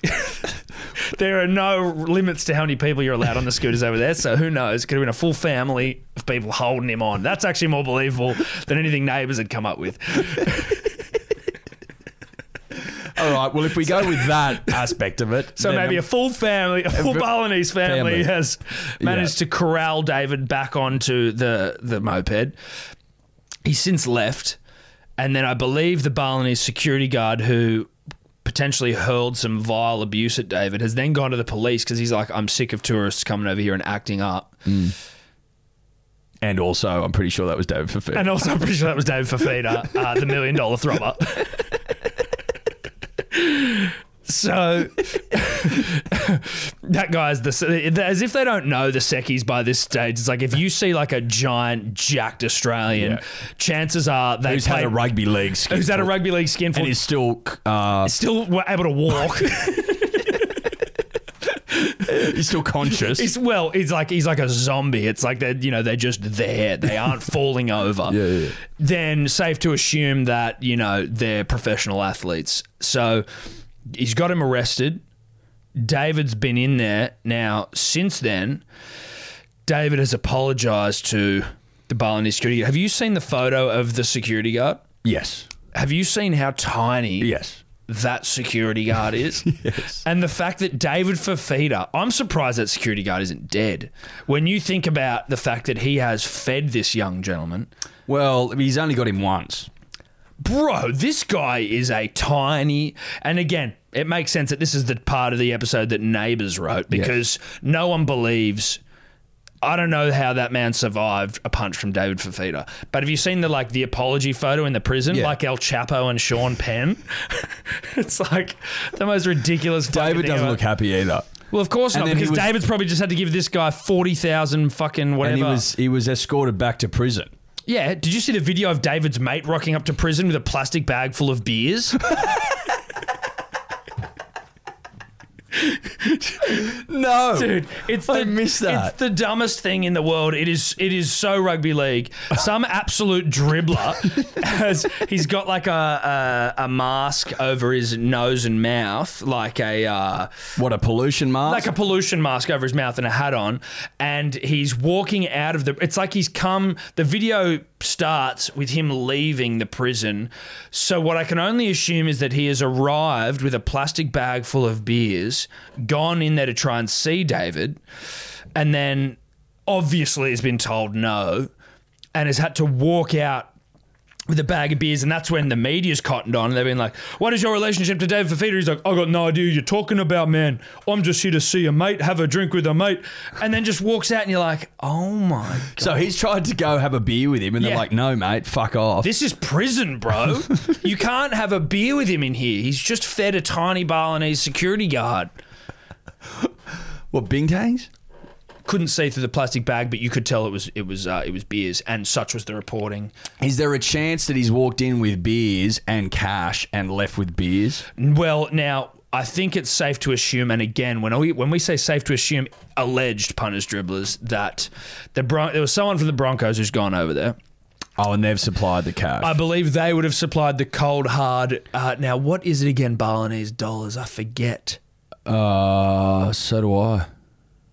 there are no limits to how many people you're allowed on the scooters over there. So who knows? Could have been a full family of people holding him on. That's actually more believable than anything neighbours had come up with.
All right. Well, if we go with that aspect of it,
So
then-
maybe a full family, a full
Every-
Balinese family,
Family.
has managed to corral David back onto the the moped. He's since left, and then I believe the Balinese security guard who potentially hurled some vile abuse at David has then gone to the police because he's like, "I'm sick of tourists coming over here and acting up."
and also, I'm pretty sure that was David Fafita.
And also, I'm pretty sure that was David Fafita, uh, the million dollar throbber. so that guy's the as if they don't know the Sekis by this stage. It's like if you see like a giant jacked Australian,
Yeah.
chances are they
Who's
played,
had a rugby league skin.
who's had a rugby league skin for
and is still uh,
still were able to walk.
he's still conscious.
It's well, it's like he's like a zombie. It's like they're you know they're just there. They aren't falling over.
Yeah, yeah, yeah.
Then safe to assume that you know they're professional athletes. So he's got him arrested. David's been in there now since then. David has apologized to the Balinese security. guard. Have you seen the photo of the security guard?
yes.
Have you seen how tiny
Yes.
that security guard is.
Yes.
And the fact that David Fafita, I'm surprised that security guard isn't dead. When you think about the fact that he has fed this young gentleman,
Well, he's only got him once.
bro, this guy is a tiny. And again, it makes sense that this is the part of the episode that Neighbours wrote because no one believes. I don't know how that man survived a punch from David Fafita. But have you seen the like the apology photo in the prison,
Yeah.
like El Chapo and Sean Penn? it's like the most ridiculous. fucking
David
thing
doesn't
ever.
look happy either.
Well, of course
And
not,
then he
because
was-
David's probably just had to give this guy forty thousand fucking whatever.
And he was he was escorted back to prison.
yeah, did you see the video of David's mate rocking up to prison with a plastic bag full of beers?
No,
Dude, it's the,
I missed that.
It's the dumbest thing in the world. It is. It is so rugby league. Some absolute dribbler has. He's got like a, a a mask over his nose and mouth, like a. Uh,
What a pollution mask!
like a pollution mask over his mouth and a hat on and he's walking out of the it's like he's come the video starts with him leaving the prison so what i can only assume is that he has arrived with a plastic bag full of beers gone in there to try and see david and then obviously has been told no and has had to walk out with a bag of beers, and that's when the media's cottoned on, and they've been like, "What is your relationship to David Fafita?" He's like, "I got no idea. You're talking about, man. I'm just here to see a mate, have a drink with a mate," and then just walks out, and you're like, "Oh my, God.
so he's tried to go have a beer with him, and
Yeah.
they're like, "No, mate, fuck off."
this is prison, bro. you can't have a beer with him in here. He's just fed a tiny Balinese security guard.
what Bingtangs?
Couldn't see through the plastic bag, but you could tell it was it was uh, it was beers, and such was the reporting.
Is there a chance that he's walked in with beers and cash and left with beers?
Well, now I think it's safe to assume, and again, when we when we say safe to assume, alleged punters dribblers that the Bron- there was someone from the Broncos who's gone over there.
Oh, and they've supplied the cash.
I believe they would have supplied the cold hard. Uh, now, what is it again? Balinese dollars? I forget.
uh, so do I.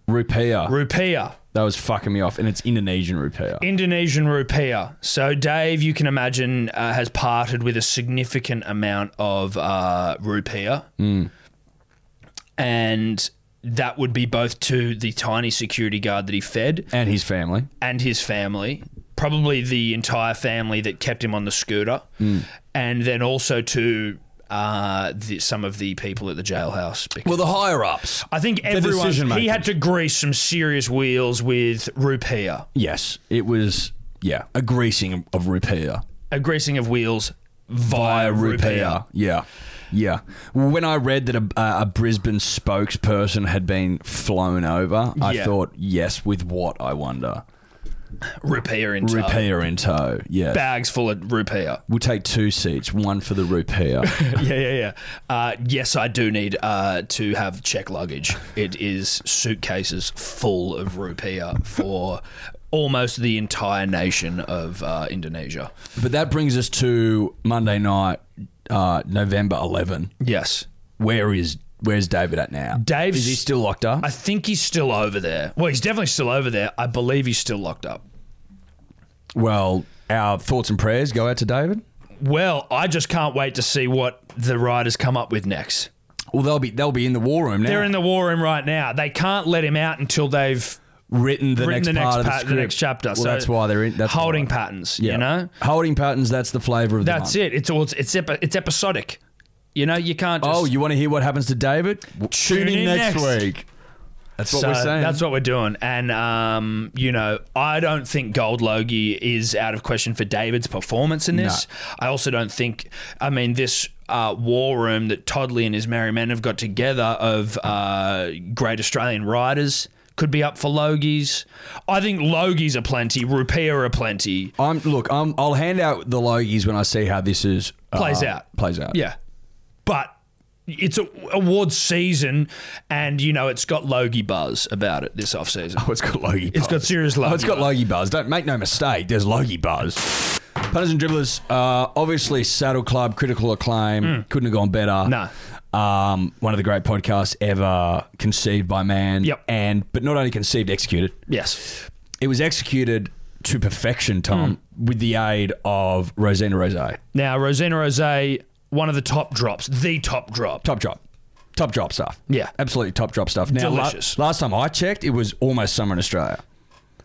Rupiah.
Rupiah.
that was fucking me off, and it's Indonesian rupiah.
Indonesian rupiah. So Dave, you can imagine, uh, has parted with a significant amount of uh, rupiah, and that would be both to the tiny security guard that he fed
and his family.
and his family, probably the entire family that kept him on the scooter, and then also to uh, the, some of the people at the jailhouse. Because
Well, the higher ups.
I think everyone
decision
he
makers.
had to grease some serious wheels with rupiah,
Yes, it was. Yeah, a greasing of rupiah.
a greasing of wheels via, rupiah.
Yeah. Yeah. When I read that a, a a Brisbane spokesperson had been flown over,
Yeah.
I thought, yes, with what, I wonder?
rupiah in tow.
Rupiah in tow. Yeah.
bags full of rupiah.
We'll take two seats, one for the rupiah.
yeah, yeah, yeah. Uh, yes, I do need uh, to have check luggage. It is suitcases full of rupiah for almost the entire nation of uh, Indonesia.
but that brings us to Monday night uh, November 11.
Yes.
Where is where's David at now?
Dave's-
is he still locked up?
I think he's still over there. Well, he's definitely still over there. I believe he's still locked up.
well, our thoughts and prayers go out to David.
Well, I just can't wait to see what the writers come up with next.
Well, they'll be they'll be in the war room now.
They're in the war room right now. They can't let him out until they've
written the
written
next
the
part
next
of the,
pa- the
script.
next chapter.
Well,
so
that's why they're in. That's
holding
why.
patterns.
Yeah.
You know,
holding patterns. That's the flavour of
that's
the
it. It's all it's it's, epi- it's episodic. You know, you can't. Just,
Oh, you want to hear what happens to David? W-
Tune in next.
week. That's what
So
we're saying.
That's what we're doing. And, um, you know, I don't think Gold Logie is out of question for David's performance in this. I also don't think, I mean, this uh, war room that Toddley and his merry men have got together of uh, great Australian riders could be up for Logies. I think Logies are plenty, Rupiah are plenty.
I'm look. I'm, I'll hand out the logies when I see how this is uh,
Plays out.
Plays out.
Yeah. But it's a awards season and, you know, it's got Logie buzz about it this off season.
Oh, it's got Logie.
It's got serious
Oh,
Logie
it's got
buzz.
Logie buzz. Don't make no mistake. There's Logie buzz. Punters and dribblers. Uh, obviously, Saddle Club, critical acclaim.
Hmm.
Couldn't have gone better.
No.
Um, one of the great podcasts ever conceived by man.
Yep.
And but not only conceived, executed.
Yes.
It was executed to perfection, Tom,
Hmm.
with the aid of Rosina Rose.
Now, Rosina Rose, one of the top drops, the top drop.
Top drop. Top drop stuff.
Yeah.
Absolutely top drop stuff. Now, la-
Delicious.
last time I checked, it was almost summer in Australia.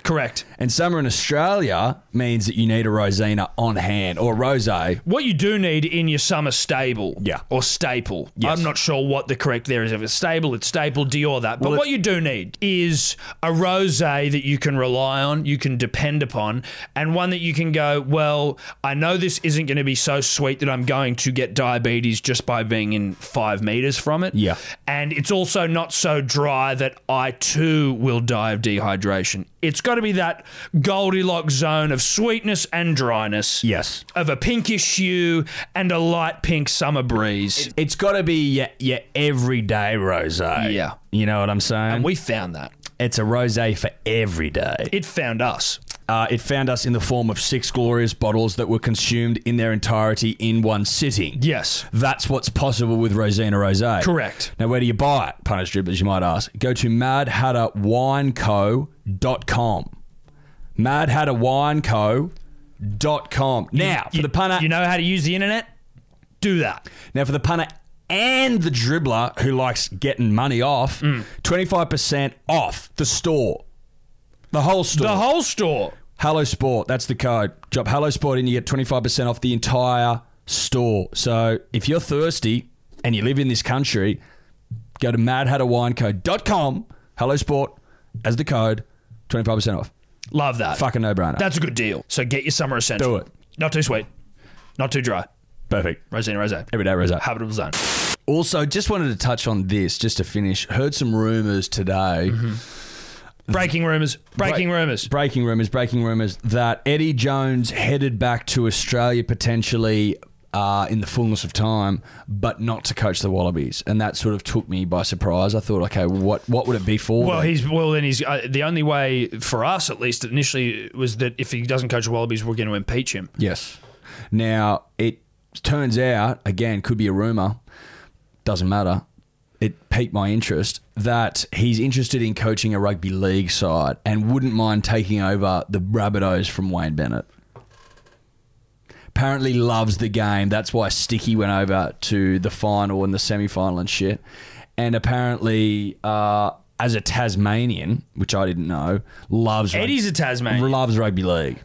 Correct.
And summer in Australia means that you need a Rosina on hand or rose.
What you do need in your summer stable,
Yeah.
or staple.
Yes.
I'm not sure what the correct there is. If it's stable, it's staple, Dior that. But
Well, it-
what you do need is a rosé that you can rely on, you can depend upon, and one that you can go. Well, I know this isn't going to be so sweet that I'm going to get diabetes just by being in five meters from it.
Yeah.
and it's also not so dry that I too will die of dehydration. It's got to be that Goldilocks zone of sweetness and dryness
Yes.
of a pinkish hue and a light pink summer breeze.
It's got to be your, your everyday rose.
Yeah.
You know what I'm saying?
and we found that.
it's a rose for every day.
It found us.
Uh, it found us in the form of six glorious bottles that were consumed in their entirety in one sitting.
Yes.
That's what's possible with Rosina Rose.
Correct.
Now, where do you buy it, Punish Dribblers, you might ask? Go to madhatterwineco.com. Madhatterwineco.com. Now, for
You-
the punter,
You know how to use the internet? Do that.
now for the punter and the dribbler who likes getting money off,
Mm.
25% off the store. The whole store.
The whole store.
Hello Sport, that's the code. Drop Hello Sport in, you get 25% off the entire store. So if you're thirsty and you live in this country, go to madhatterwinecode.com, Hello Sport, as the code, 25% off.
Love that.
Fucking no brainer.
That's a good deal. So get your summer essential.
Do it.
Not too sweet. Not too dry.
perfect.
Rosina Rose.
Every day, Rosa.
Habitable zone.
Also, just wanted to touch on this just to finish. Heard some rumors today.
Breaking rumors. Breaking
Break-
rumors.
Breaking rumors, breaking rumors that Eddie Jones headed back to Australia potentially uh, in the fullness of time, but not to coach the Wallabies, and that sort of took me by surprise. I thought, okay, what what would it be for?
Well,
then?
he's well. Then he's uh, the only way for us, at least initially, was that if he doesn't coach the Wallabies, we're going to impeach him.
yes. Now it turns out again could be a rumor, doesn't matter. It piqued my interest that he's interested in coaching a rugby league side and wouldn't mind taking over the Rabbitohs from Wayne Bennett. apparently loves the game. That's why Sticky went over to the final and the semi final and shit. And apparently, uh, as a Tasmanian, which I didn't know, loves rug-
Eddie's a Tasmanian.
Loves rugby league.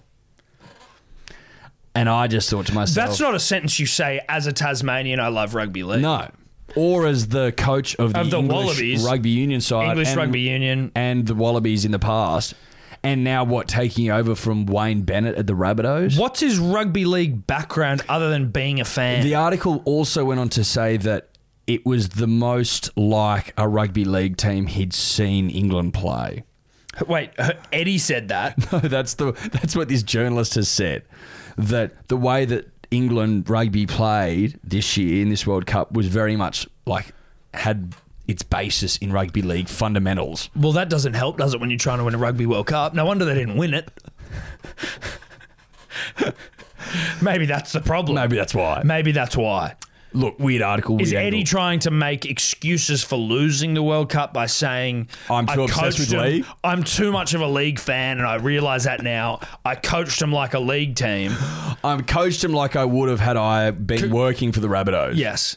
And I just thought to myself,
That's not a sentence you say as a Tasmanian. I love rugby league.
no. Or as the coach of the,
Of the
English
Wallabies.
rugby union side,
English
and-
rugby union.
and the Wallabies in the past, and now what taking over from Wayne Bennett at the Rabbitohs.
What's his rugby league background other than being a fan?
The article also went on to say that it was the most like a rugby league team he'd seen England play.
Wait, Eddie said that.
that's the that's what this journalist has said. That the way that England rugby played this year in this World Cup was very much like had its basis in rugby league fundamentals.
Well, that doesn't help, does it, when you're trying to win a Rugby World Cup? No wonder they didn't win it. Maybe that's the problem.
Maybe that's why.
Maybe that's why.
Look, weird article. Weird
Is Eddie
angle.
trying to make excuses for losing the World Cup by saying
I'm too
"I
obsessed
coached
with
him-
league"?
I'm too much of a league fan, and I realise that now. I coached him like a league team.
I'm coached him like I would have had I been working for the Rabbitohs.
Yes.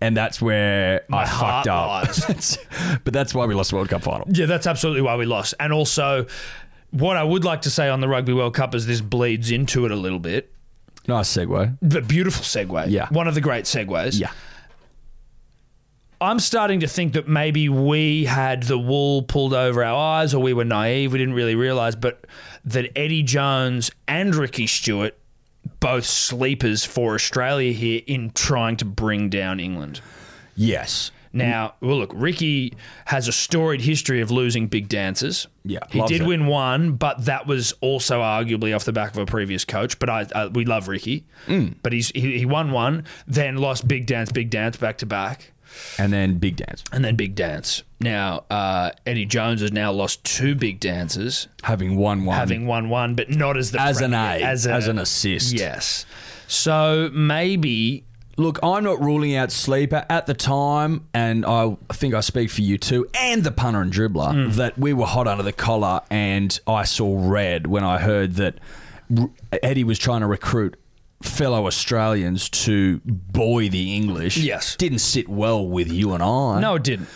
and that's where I
heart
fucked up. but that's why we lost the World Cup final.
Yeah, that's absolutely why we lost. And also, what I would like to say on the Rugby World Cup is this bleeds into it a little bit.
Nice segue.
The beautiful segue.
Yeah.
One of the great segues.
Yeah.
I'm starting to think that maybe we had the wool pulled over our eyes or we were naive. We didn't really realize, but that Eddie Jones and Ricky Stewart, both sleepers for Australia here in trying to bring down England.
Yes.
Now, well, look, Ricky has a storied history of losing big dances.
Yeah,
he
loves
did
it.
win one, but that was also arguably off the back of a previous coach. But I, uh, we love Ricky,
Mm.
but he's he, he won one, then lost big dance, big dance back to back,
And then big dance.
and then big dance. Now, uh, Eddie Jones has now lost two big dances,
Having won one.
having won one, but not as the
as an
premier-
aid, as, an assist.
Yes, so maybe
Look, I'm not ruling out sleeper at the time, and I think I speak for you too, and the punter and dribbler,
Hmm.
that we were hot under the collar, and I saw red when I heard that R- Eddie was trying to recruit fellow Australians to boy the English.
Yes.
Didn't sit well with you and I.
no, it didn't.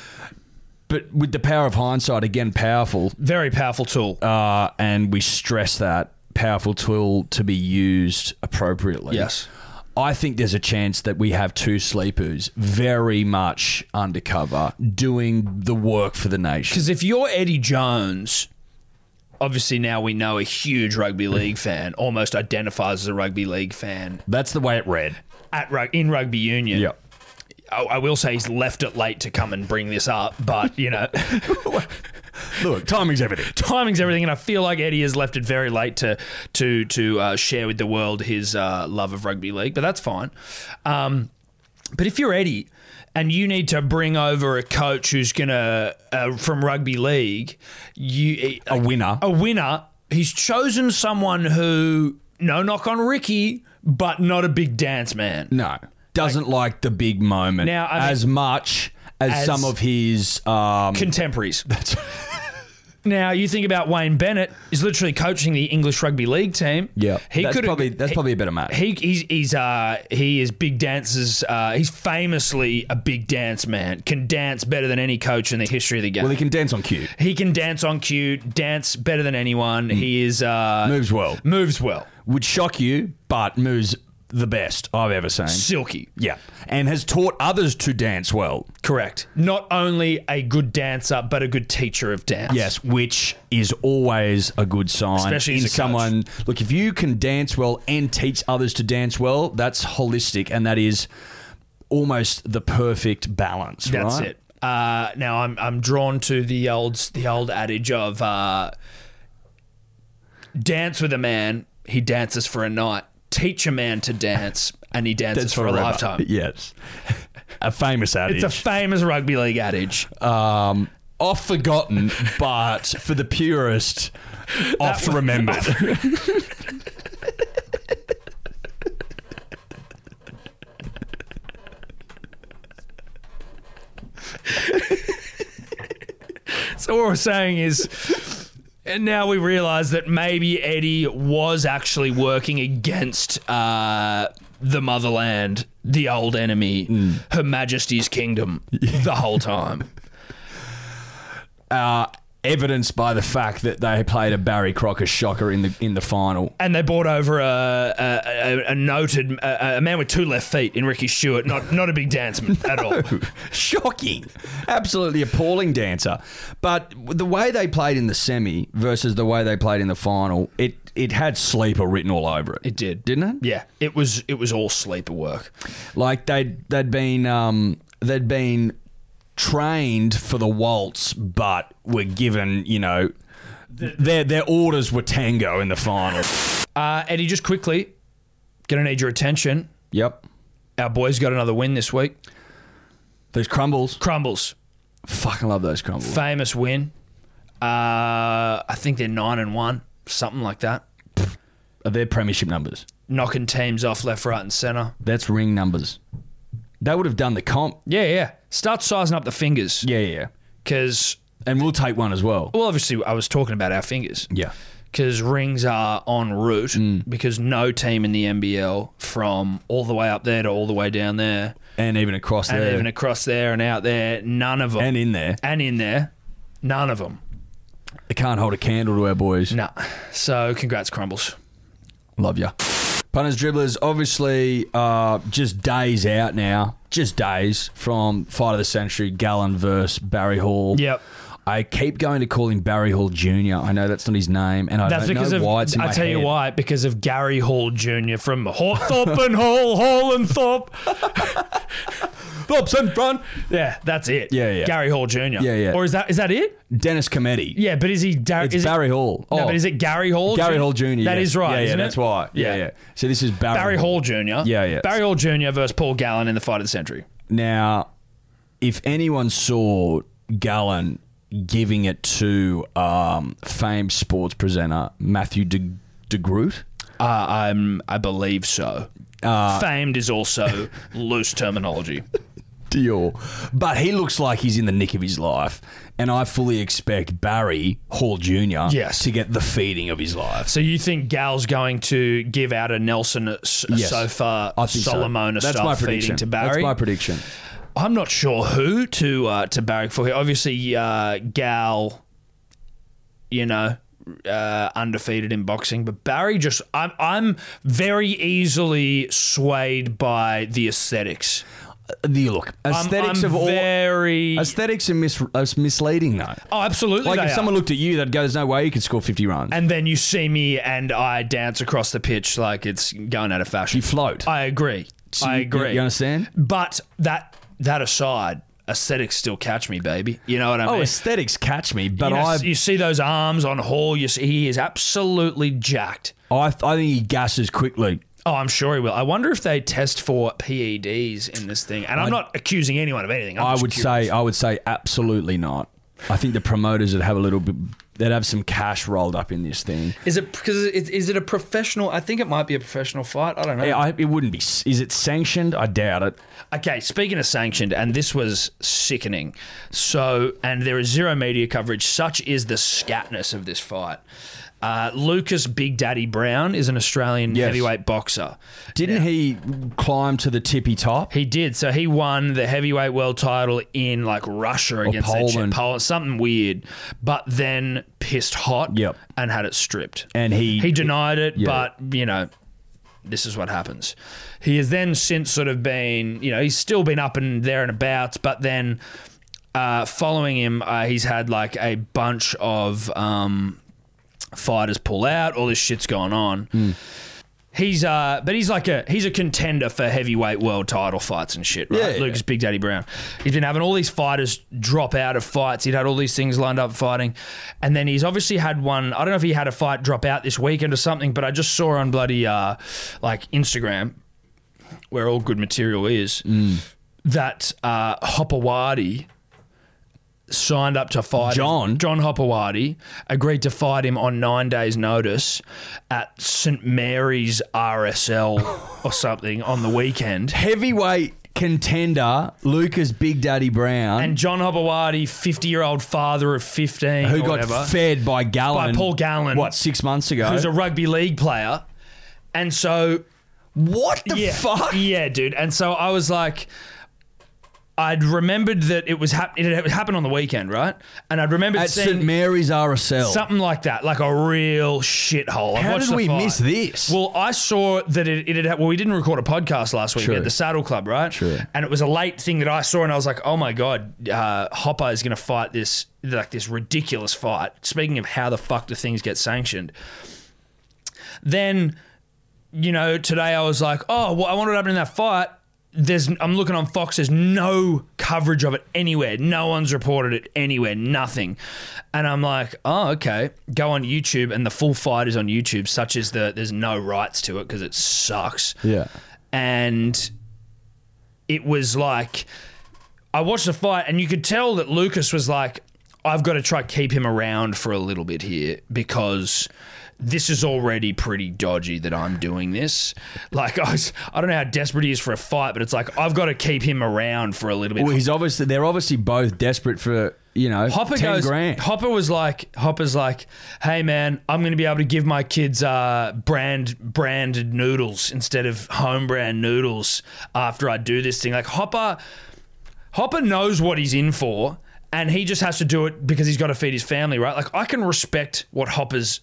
But with the power of hindsight, again, powerful,
Very powerful tool.
uh, and we stress that powerful tool to be used appropriately.
Yes.
I think there's a chance that we have two sleepers very much undercover doing the work for the nation.
Because if you're Eddie Jones, obviously now we know a huge rugby league fan, almost identifies as a rugby league fan
That's the way it read.
at rug- in rugby union. Oh, I, I will say he's left it late to come and bring this up, but you know,
Look, timing's everything.
timing's everything, and I feel like Eddie has left it very late to to to uh, share with the world his uh, love of rugby league. But that's fine. Um, but if you're Eddie and you need to bring over a coach who's gonna uh, from rugby league, you
A winner.
a winner. He's chosen someone who, no knock on Ricky, but not a big dance man.
No. Doesn't like, the big moment
Now, I mean-
as much as,
As-
some of his. Um,
Contemporaries. now you think about Wayne Bennett. He's literally coaching the English rugby league team.
yeah.
he
that's
could
probably that's probably a better match.
He, he's he's uh he is big dances. Uh, he's famously a big dance man. Can dance better than any coach in the history of the game.
well, he Mm. can dance on cue.
he can dance on cue, dance better than anyone. He is uh,
Moves well.
moves well,
Would shock you, but moves the best I've ever seen.
silky.
Yeah, and has taught others to dance well.
Correct. Not only a good dancer, but a good teacher of dance.
Yes, which is always a good sign.
Especially
in
as a coach.
someone. Look, if you can dance well and teach others to dance well, that's holistic, and that is almost the perfect balance.
that's
right?
it. Uh, now I'm I'm drawn to the old the old adage of uh, dance with a man, he dances for a night. Teach a man to dance, and he dances
That's
for a
forever.
lifetime.
Yes, a famous
It's
adage.
a famous rugby league adage.
um, oft forgotten, but for the purist, oft remembered.
So what we're saying is, and now we realise that maybe Eddie was actually working against uh, the motherland, the old enemy,
Mm.
Her Majesty's kingdom, the whole time.
uh, evidenced by the fact that they played a Barry Crocker shocker in the in the final.
And they brought over a, a, a, a noted a, a man with two left feet in Ricky Stewart, not not a big danceman at all.
Shocking, absolutely appalling dancer. But the way they played in the semi versus the way they played in the final, it it had sleeper written all over it.
It did,
didn't it?
Yeah, it was it was all sleeper work.
Like they they'd been um they'd been trained for the waltz, but were given you know. Their, their orders were tango in the final.
Uh, Eddie, just quickly, gonna need your attention.
Yep.
Our boys got another win this week.
Those crumbles.
Crumbles.
Fucking love those crumbles.
famous win. Uh, I think they're nine and one, something like that.
They're premiership numbers.
Knocking teams off left, right, and centre.
That's ring numbers. They would have done the comp.
Yeah, yeah. Start sizing up the fingers
Yeah, yeah, yeah.
because,
And we'll take one as well.
well, obviously, I was talking about our fingers.
Yeah.
because rings are en route
Mm.
because no team in the NBL from all the way up there to all the way down there
And even across
and
there.
even across there and out there, none of them.
and in there.
And in there, none of them.
They can't hold a candle to our boys.
Nah. So congrats, Crumbles.
Love ya. Punters, dribblers, obviously uh, just days out now. Just days from Fight of the Century, Gallon versus Barry Hall.
Yep.
I keep going to call him Barry Hall Jr. I know that's not his name, and I
That's
don't
because
know
of
why it's in
I
my
tell you
head.
why because of Gary Hall Jr. from Hawthorpe and Hall, Hall and Thorpe.
Thorpe's in front.
Yeah, that's it.
Yeah, yeah.
Gary Hall Jr.
Yeah, yeah.
Or is that is that it?
Dennis Cometti.
Yeah, but is he Dar-
It's
is
Barry
it,
Hall. Oh.
No, but is it Gary Hall?
Gary
Jr.?
Hall Jr.
That
yeah.
is right.
Yeah, yeah,
isn't
that's
it?
why. Yeah, yeah, So this is Barry,
Barry Hall Jr. Um, Yeah,
yeah.
Barry Hall Jr. versus Paul Gallen in the fight of the century.
Now, if anyone saw Gallon giving it to um, famed sports presenter Matthew De, De Groot,
Uh, I'm, I believe so. Famed is also loose terminology.
Dior, but he looks like he's in the nick of his life, and I fully expect Barry Hall Jr.
Yes.
to get the feeding of his life.
So you think Gal's going to give out a Nelson S-
Yes.
Sofa
I think so.
Solomon
That's
style
my
feeding
prediction.
to Barry?
That's my prediction.
I'm not sure who to uh, to barrack for here. Obviously, uh, Gal, you know, uh, undefeated in boxing, but Barry just I'm I'm very easily swayed by the esthetics
Uh, The look
I'm-
aesthetics
I'm
of all
very.
aesthetics are mis- are misleading though.
oh, absolutely.
Like
they
if
are.
someone looked at you, they'd go, "There's no way you could score 50 runs."
and then you see me and I dance across the pitch like it's going out of fashion.
you float.
I agree.
So
I
you-
agree.
You, understand?
But that that aside, aesthetics still catch me, baby. You know what I
Oh,
mean?
aesthetics catch me, but
you, know,
I,
you see those arms on Hall. You see, he is absolutely jacked.
I, I think he gasses quickly.
Oh, I'm sure he will. I wonder if they test for PEDs in this thing. And I'm not accusing anyone of anything. I'm
I
just
would
curious.
say, I would say, absolutely not. I think the promoters would have a little bit, they'd have some cash rolled up in this thing.
is it because is, is it a professional? I think it might be a professional fight. I don't know.
Yeah, I, it wouldn't be. s- Is it sanctioned? I doubt it.
Okay, speaking of sanctioned, and this was sickening. So, and there is zero media coverage. Such is the scatness of this fight. Uh, Lucas Big Daddy Brown is an Australian
Yes.
heavyweight boxer.
Didn't he climb to the tippy top?
He did. So he won the heavyweight world title in like Russia against their ch-
Poland.
Poland, something weird. But then pissed hot
Yep.
and had it stripped.
And he-
he denied it,
Yeah.
but you know, this is what happens. He has then since sort of been, you know, he's still been up and there and about, but then uh, following him, uh, he's had like a bunch of um, fighters pull out. All this shit's going on. He's uh, but he's like a he's a contender for heavyweight world title fights and shit, right?
Yeah, yeah.
Lucas Big Daddy Brown. He's been having all these fighters drop out of fights. He'd had all these things lined up fighting, and then he's obviously had one. I don't know if he had a fight drop out this weekend or something, but I just saw on bloody uh, like Instagram, where all good material is, that uh, Hopawadi signed up to fight him.
John?
John Hopawadi agreed to fight him on nine days' notice at St Mary's RSL or something on the weekend.
Heavyweight contender Lucas Big Daddy Brown,
And John Hopawadi, fifty-year-old father of fifteen,
who
or
got
whatever,
fed by Gallon,
By Paul Gallen.
what six months ago?
who's a rugby league player, and so
what the
yeah,
fuck?
Yeah, dude. And so I was like, I'd remembered that it was hap- it had happened on the weekend, right? And I'd remembered
At St
seeing
Mary's RSL.
something like that, like a real shithole. I
How
watched
did
the
we
fight.
miss this?
Well, I saw that it, it had. hap- Well, we didn't record a podcast last week. We
True.
had the Saddle Club, right?
True.
And it was a late thing that I saw, and I was like, "Oh my god, uh, Hopper is going to fight this like this ridiculous fight." Speaking of how the fuck do things get sanctioned? Then, you know, today I was like, "Oh, well, I wonder what happened in that fight." There's, I'm looking on Fox. There's no coverage of it anywhere. No one's reported it anywhere. Nothing, and I'm like, oh, okay. Go on YouTube, and the full fight is on YouTube. Such as the, there's no rights to it because it sucks
yeah.
and it was like I watched the fight, and you could tell that Lucas was like, I've got to try keep him around for a little bit here because this is already pretty dodgy that I'm doing this. Like I, was, I don't know how desperate he is for a fight, but it's like I've got to keep him around for a little bit.
Well, he's obviously they're obviously both desperate for you know
Hopper
ten
goes.
grand.
Hopper was like, Hopper's like, hey man, I'm gonna be able to give my kids uh, brand branded noodles instead of home brand noodles after I do this thing. Like Hopper, Hopper knows what he's in for, and he just has to do it because he's got to feed his family, right? Like I can respect what Hopper's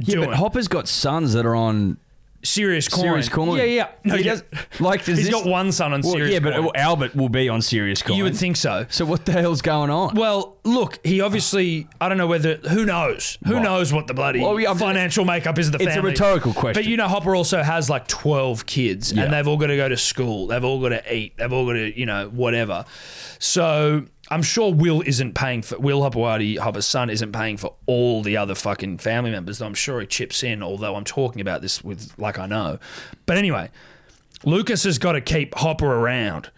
yeah,
doing.
but Hopper's got sons that are on.
serious coin.
Serious coin.
Yeah, yeah. No,
He
he
does- like, does
he's
this-
got one son on
Well,
serious.
yeah, but
coin.
Albert will be on serious coin.
you would think so.
So what the hell's going on?
Well, look, he obviously, I don't know whether, who knows? Who
Right.
knows what the bloody
Well, yeah, I'm-
financial makeup is of the
It's a
family.
rhetorical question.
But you know, Hopper also has like 12 kids and they've all got to go to school. They've all got to eat. They've all got to, you know, whatever. So I'm sure Will isn't paying for, Will Hopperwadi, Hopper's son, isn't paying for all the other fucking family members, though I'm sure he chips in, although I'm talking about this with, like, I know. But anyway, Lucas has got to keep Hopper around.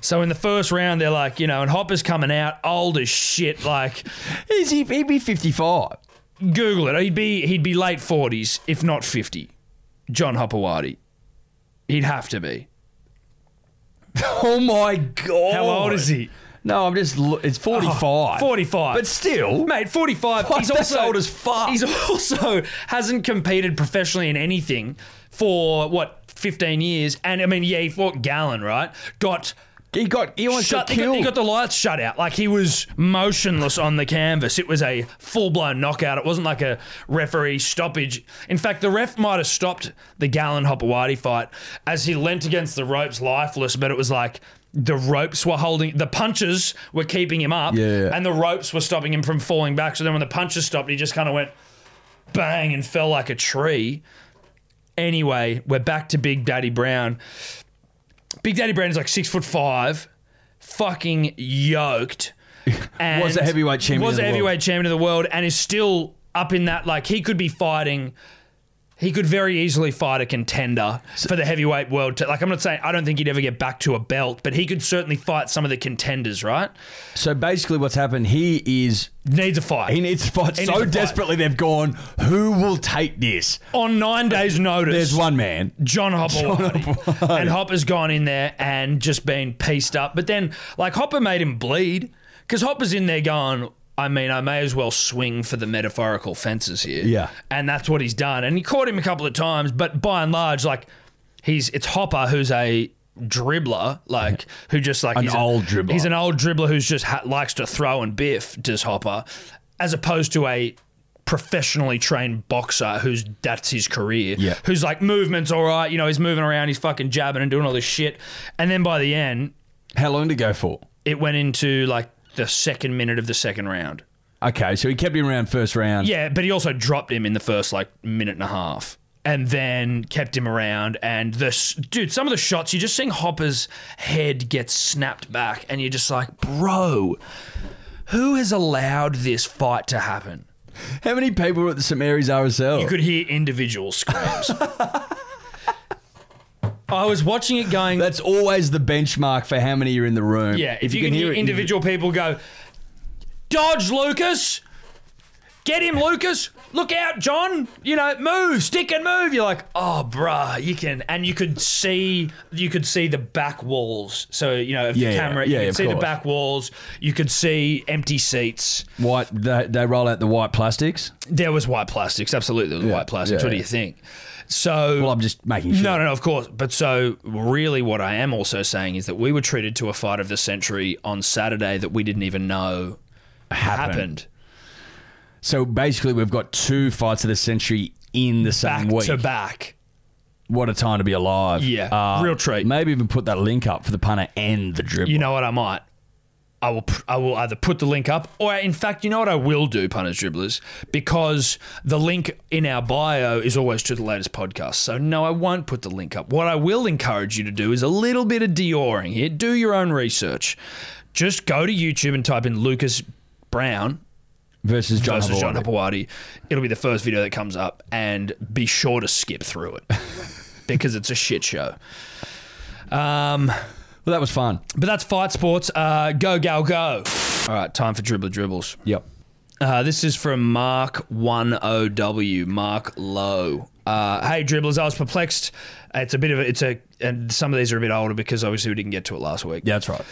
So in the first round, they're like, you know, and Hopper's coming out old as shit. Like,
Is he? He'd be fifty-five.
Google it. He'd be he'd be late forties, if not fifty. John Hopperwadi. He'd have to be.
Oh my god!
How old is he? Oh,
No, I'm just. lo- It's forty-five.
45.
But still,
Mate, 45.
Fuck,
he's
that's
also
old as fuck.
He's also hasn't competed professionally in anything for what 15 years. And I mean, yeah, he fought Gallon, right? Got
he got. He almost
shut.
got
He got,
killed.
he got the lights shut out. Like he was motionless on the canvas. It was a full blown knockout. It wasn't like a referee stoppage. In fact, the ref might have stopped the Gallon Hopawadi fight as he leant against the ropes, lifeless. But it was like the ropes were holding. The punches were keeping him up,
Yeah.
and the ropes were stopping him from falling back. So then, when the punches stopped, he just kind of went bang and fell like a tree. Anyway, we're back to Big Daddy Brown. Big Daddy Brown is like six foot five, fucking yoked. And
Was a heavyweight champion
Was
of the
a
world.
heavyweight champion of the world, and is still up in that. Like he could be fighting. He could very easily fight a contender for the heavyweight world. ti- like I'm not saying I don't think he'd ever get back to a belt, but he could certainly fight some of the contenders. Right?
so basically, what's happened? He is.
Needs a fight
He needs to fight
He needs
so
to fight.
desperately. They've gone. Who will take this?
on nine days' notice.
There's one man.
John Hopper. And Hopper's gone in there and just been pieced up. But then, like, Hopper made him bleed because Hopper's in there going, I mean, I may as well swing for the metaphorical fences here.
Yeah.
And that's what he's done. And he caught him a couple of times, but by and large, like, he's it's Hopper who's a dribbler, like, who just like
An
he's a-
old dribbler.
He's an old dribbler who's just ha- likes to throw and biff, does Hopper, as opposed to a professionally trained boxer who's that's his career
Yeah.
who's like movements all right, you know, he's moving around, he's fucking jabbing and doing all this shit. And then by the end,
How long to go for?
it went into like the second minute of the second round.
Okay, so he kept him around first round.
Yeah, but he also dropped him in the first like minute and a half. And then kept him around, and the s- dude. Some of the shots you're just seeing Hopper's head get snapped back, and you're just like, "Bro, who has allowed this fight to happen?"
How many people were at the St Mary's RSL?
You could hear individual screams. I was watching it, going,
That's always the benchmark for how many are in the room.
Yeah, if, you, can, hear,
it-
individual people go, dodge Lucas, get him, Lucas, look out, John, you know, move, stick and move. You're like, oh, bruh, you can, and you could see, you could see the back walls. So you know, of
Yeah,
the
yeah,
camera,
yeah,
you
of
could see the
course.
back walls. You could see empty seats.
White, they, they roll out the white plastics.
There was white plastics, absolutely, there was
Yeah,
white plastics.
yeah,
what do
yeah.
you think? So,
Well, I'm just making sure.
No, no, no, of course. But so, really, what I am also saying is that we were treated to a fight of the century on Saturday that we didn't even know happened.
So basically, we've got two fights of the century in the same
Back
week.
to back.
What a time to be alive! Uh,
Yeah, real treat.
Maybe even put that link up for the punter and the dribbler.
You know what I might? I will. I will either put the link up, or in fact, you know what I will do, punters dribblers, because the link in our bio is always to the latest podcast. So no, I won't put the link up. What I will encourage you to do is a little bit of deoring here. Do your own research. Just go to YouTube and type in Lucas Brown
versus John.
versus John
Howard.
Hapawati. It'll be the first video that comes up, and be sure to skip through it because it's a shit show. Um,
Well, that was fun.
but that's fight sports. Uh, go, gal, go. All right, time for dribbler dribbles.
Yep.
Uh, this is from Mark 10W, Mark Lowe. Uh, hey dribblers, I was perplexed. It's a bit of a, it's a, and some of these are a bit older because obviously we didn't get to it last week.
Yeah, that's right.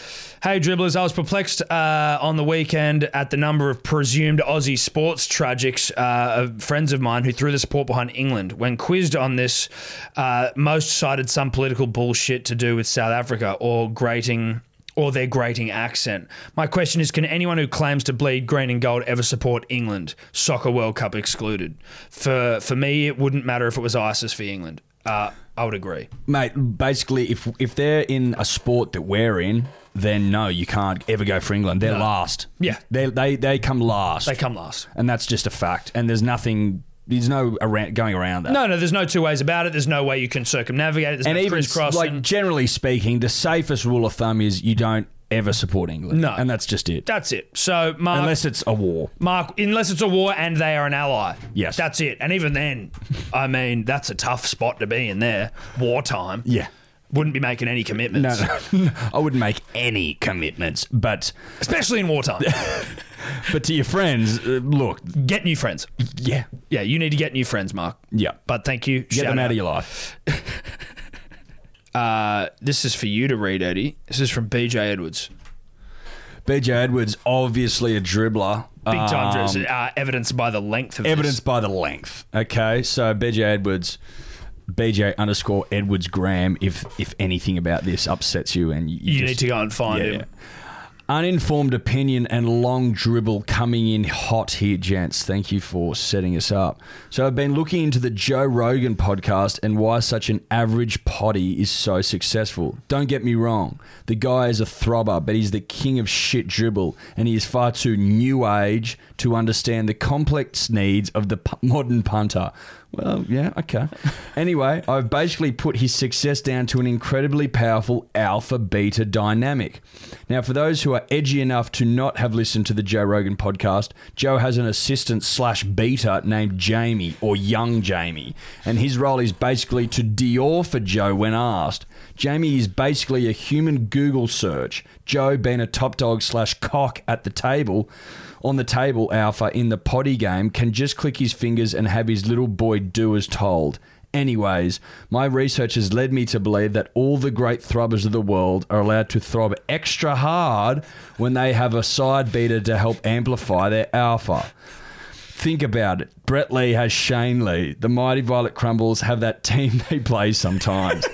Hey dribblers, I was perplexed uh, on the weekend at the number of presumed Aussie sports tragics, uh, of friends of mine who threw the support behind England. When quizzed on this, uh, most cited some political bullshit to do with South Africa or grating or their grating accent. My question is can anyone who claims to bleed green and gold ever support England, soccer World Cup excluded? For for me, it wouldn't matter if it was ISIS for England. Uh, I would agree.
Mate, basically, if if they're in a sport that we're in, then no, you can't ever go for England. They're last.
Yeah.
They, they, they come last.
They come last.
and that's just a fact. And there's nothing, there's no around, going around that.
No, no, there's no two ways about it. There's no way you can circumnavigate it. There's
and
no
even
crisscrossing.
like generally speaking, the safest rule of thumb is you don't ever support England.
No.
and that's just it.
That's it. So, Mark,
Unless it's a war.
Mark, unless it's a war and they are an ally.
Yes.
That's it. And even then, I mean, that's a tough spot to be in there. Wartime.
Yeah.
Wouldn't be making any
No,
commitments,
no, I wouldn't make any commitments, but
especially in wartime.
but to your friends, uh, look,
get new friends.
yeah,
Yeah, you need to get new friends, Mark.
yeah,
But thank you.
get
Shout
them out
out.
of your life.
Uh, this is for you to read, Eddie. This is from BJ Edwards.
BJ Edwards, obviously a dribbler,
Big time
Um,
Drews. Uh, evidenced by the length of this.
Evidence by the length. Okay, so BJ Edwards, BJ underscore Edwards Graham. If if anything about this upsets you, and you,
You
just-
need to go and find
Yeah,
him.
yeah. Uninformed opinion and long dribble coming in hot here, gents. Thank you for setting us up. So, I've been looking into the Joe Rogan podcast and why such an average potty is so successful. Don't get me wrong, the guy is a throbber, but he's the king of shit dribble, and he is far too new age to understand the complex needs of the p- modern punter. Well, yeah, okay. Anyway, I've basically put his success down to an incredibly powerful alpha beta dynamic. Now, for those who are edgy enough to not have listened to the Joe Rogan podcast, Joe has an assistant slash beta named Jamie or Young Jamie, and his role is basically to Dior for Joe when asked. Jamie is basically a human Google search. Joe being a top dog slash cock at the table, on the table alpha in the potty game can just click his fingers and have his little boy do as told. Anyways, my research has led me to believe that all the great throbbers of the world are allowed to throb extra hard when they have a side beater to help amplify their alpha. Think about it. Brett Lee has Shane Lee. The Mighty Violet Crumbles have that team they play sometimes.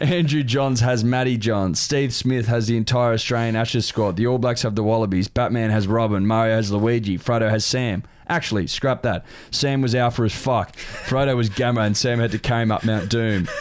Andrew Johns has Matty Johns. Steve Smith has the entire Australian Ashes squad. The All Blacks have the Wallabies. Batman has Robin. Mario has Luigi. Frodo has Sam. Actually, scrap that. Sam was alpha as fuck. Frodo was gamma, and Sam had to came up Mount Doom.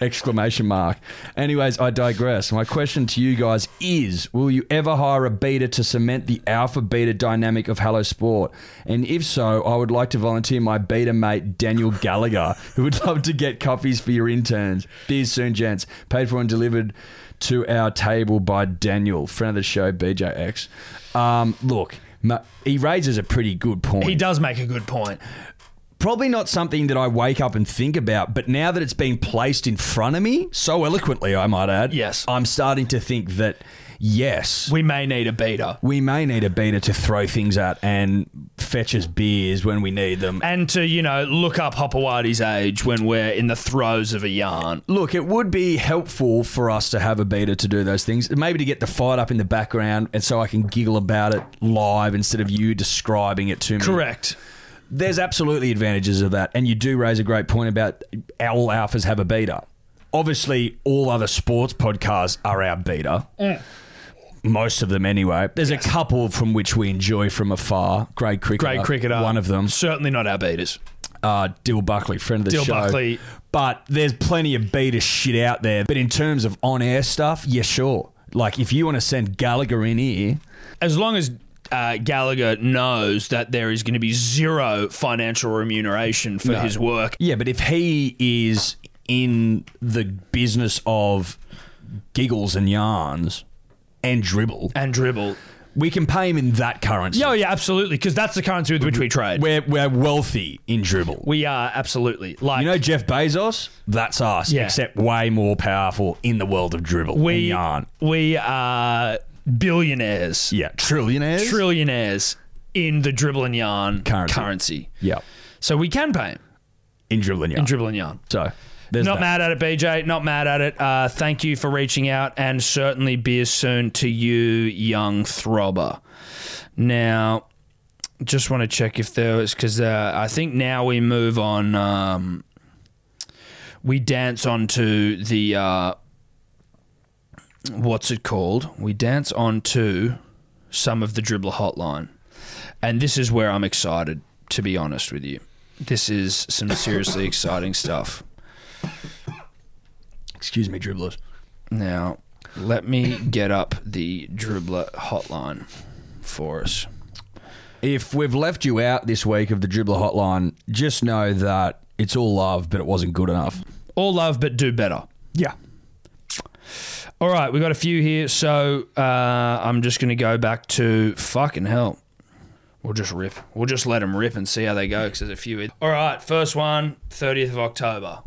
Exclamation mark. Anyways, I digress. My question to you guys is Will you ever hire a beta to cement the alpha beta dynamic of Hello Sport? And if so, I would like to volunteer my beta mate, Daniel Gallagher, who would love to get copies for your interns. Beers soon, gents. Paid for and delivered to our table by Daniel, friend of the show, BJX. Um, look, ma- he raises a pretty good point
He does make a good point.
probably not something that I wake up and think about, but now that it's been placed in front of me so eloquently, I might add,
Yes.
I'm starting to think that yes,
We may need a beater.
we may need a beater to throw things at and fetch us beers when we need them.
and to you know look up Hopawadi's age when we're in the throes of a yarn.
Look, it would be helpful for us to have a beta to do those things, maybe to get the fight up in the background, and so I can giggle about it live instead of you describing it to me.
Correct.
There's absolutely advantages of that, and you do raise a great point about all alphas have a beta. Obviously, all other sports podcasts are our beta.
Mm.
Most of them, anyway. There's a couple from which we enjoy from afar. Great cricketer,
Great cricketer.
one of them.
Certainly not our beaters.
Uh, Dill Buckley, friend of the
Dill
show.
Buckley.
But there's plenty of beta shit out there. But in terms of on-air stuff, yeah, sure. Like if you want to send Gallagher in here,
As long as uh, Gallagher knows that there is going to be zero financial remuneration for his work,
Yeah, but if he is in the business of giggles and yarns and dribble,
and dribble.
we can pay him in that currency.
Oh yeah, absolutely, because that's the currency with which we trade.
We're, we're wealthy in dribble.
We are absolutely like
you know Jeff Bezos? That's us,
Yeah.
except way more powerful in the world of dribble and
we
yarn.
we are billionaires,
Yeah, trillionaires.
trillionaires in the dribble and yarn
Currency. yeah,
So we can pay him
in dribbling. Yeah.
in dribble and yarn.
so there's
not
that.
mad at it, BJ. Not mad at it. Uh, thank you for reaching out, and certainly be as soon to you, young throbber. Now, just want to check if there was because uh, I think now we move on. Um, we dance onto the uh, what's it called? We dance onto some of the dribbler hotline, and this is where I'm excited. To be honest with you, this is some seriously exciting stuff.
Excuse me, dribblers.
Now, let me get up the dribbler hotline for us.
If we've left you out this week of the dribbler hotline, just know that it's all love, but it wasn't good enough.
All love, but do better.
Yeah.
All right, we got a few here, so uh, I'm just going to go back to fucking hell. We'll just rip. We'll just let them rip and see how they go because there's a few. All right, first one, 30th of October.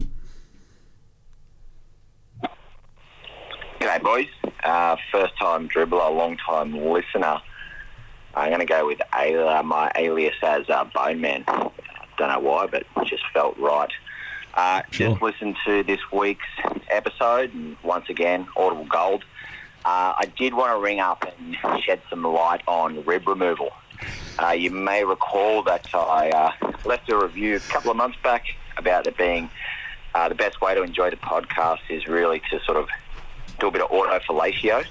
G'day, boys. Uh, first time dribbler, long time listener. I'm going to go with al- my alias as uh, Bone Man. Don't know why, but it just felt right. Uh, Just listened to this week's episode, and once again, Audible Gold. Uh, I did want to ring up and shed some light on rib removal. Uh, you may recall that I uh, left a review a couple of months back about it being uh, the best way to enjoy the podcast is really to sort of do a bit of auto fellatio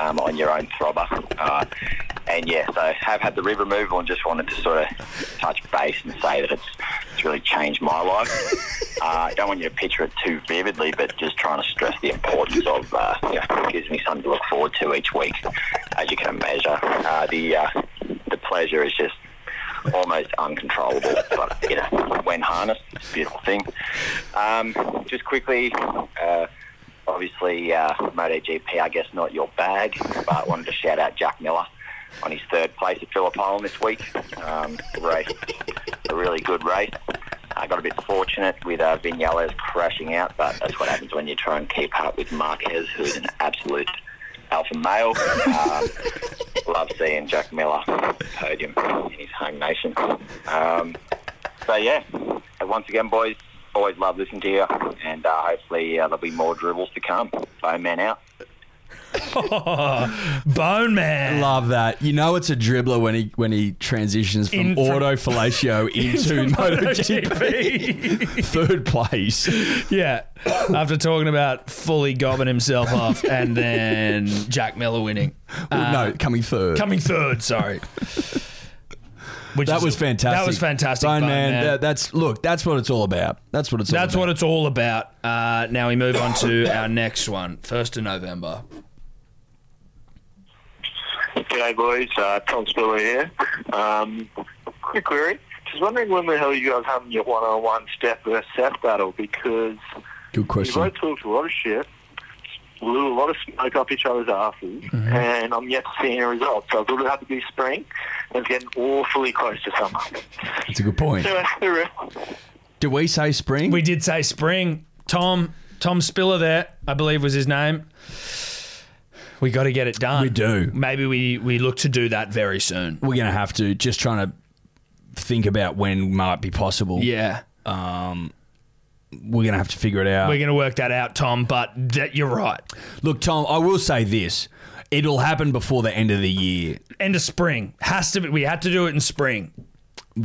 um, on your own throbber. Uh, and yeah, so have had the rib removal and just wanted to sort of touch base and say that it's, it's really changed my life. Uh, I don't want you to picture it too vividly, but just trying to stress the importance of, uh, you know, it gives me something to look forward to each week, as you can measure. Uh, the, uh, the pleasure is just almost uncontrollable. But you know, when harnessed, it's a beautiful thing. Um, just quickly, uh, obviously, uh, MotoGP, I guess not your bag, but wanted to shout out Jack Miller on his third place at Phillip Island this week. Um, the race, a really good race. I got a bit fortunate with uh, Vinales crashing out, but that's what happens when you try and keep up with Marquez, who's an absolute alpha male. Um, love seeing Jack Miller podium in his home nation. Um, so yeah, and once again, boys, always love listening to you, and uh, hopefully uh, there'll be more dribbles to come. Bone man out.
Bone Man.
Love that. You know it's a dribbler when he when he transitions from,
In from-
auto fellatio into MotoGP third place.
yeah. After talking about fully gobbing himself off and then Jack Miller winning.
Well, no, coming third.
Uh, coming third. Sorry. Which
that
is-
was fantastic.
That was fantastic,
Bone
Bone
man.
Man.
That, that's look. That's what it's all about. That's what it's.
That's
all
what it's all about. Uh, now we move on to our next one, first of November.
G'day, boys. Uh, Tom Spiller here. Um, quick query. Just wondering when the hell you guys having your one-on-one Steph versus Seth battle because
About. Good
you
question.
both talked a lot of shit, blew a lot of smoke up each other's asses, and I'm yet to see any results. So I thought it had to be spring, and it's getting awfully close to summer.
That's a good point.
Anyway, the rest-
Do we say spring?
We did say spring. Tom, Tom Spiller, there, I believe was his name. We got to get it done.
We do.
Maybe we we look to do that very soon.
We're gonna have to just trying to think about when might be possible.
Yeah.
We're gonna have to figure it out.
We're going to work that out, Tom, but that, you're right.
Look, Tom, I will say this. It'll happen before the end of the year.
End of spring. Has to be we had to do it in spring.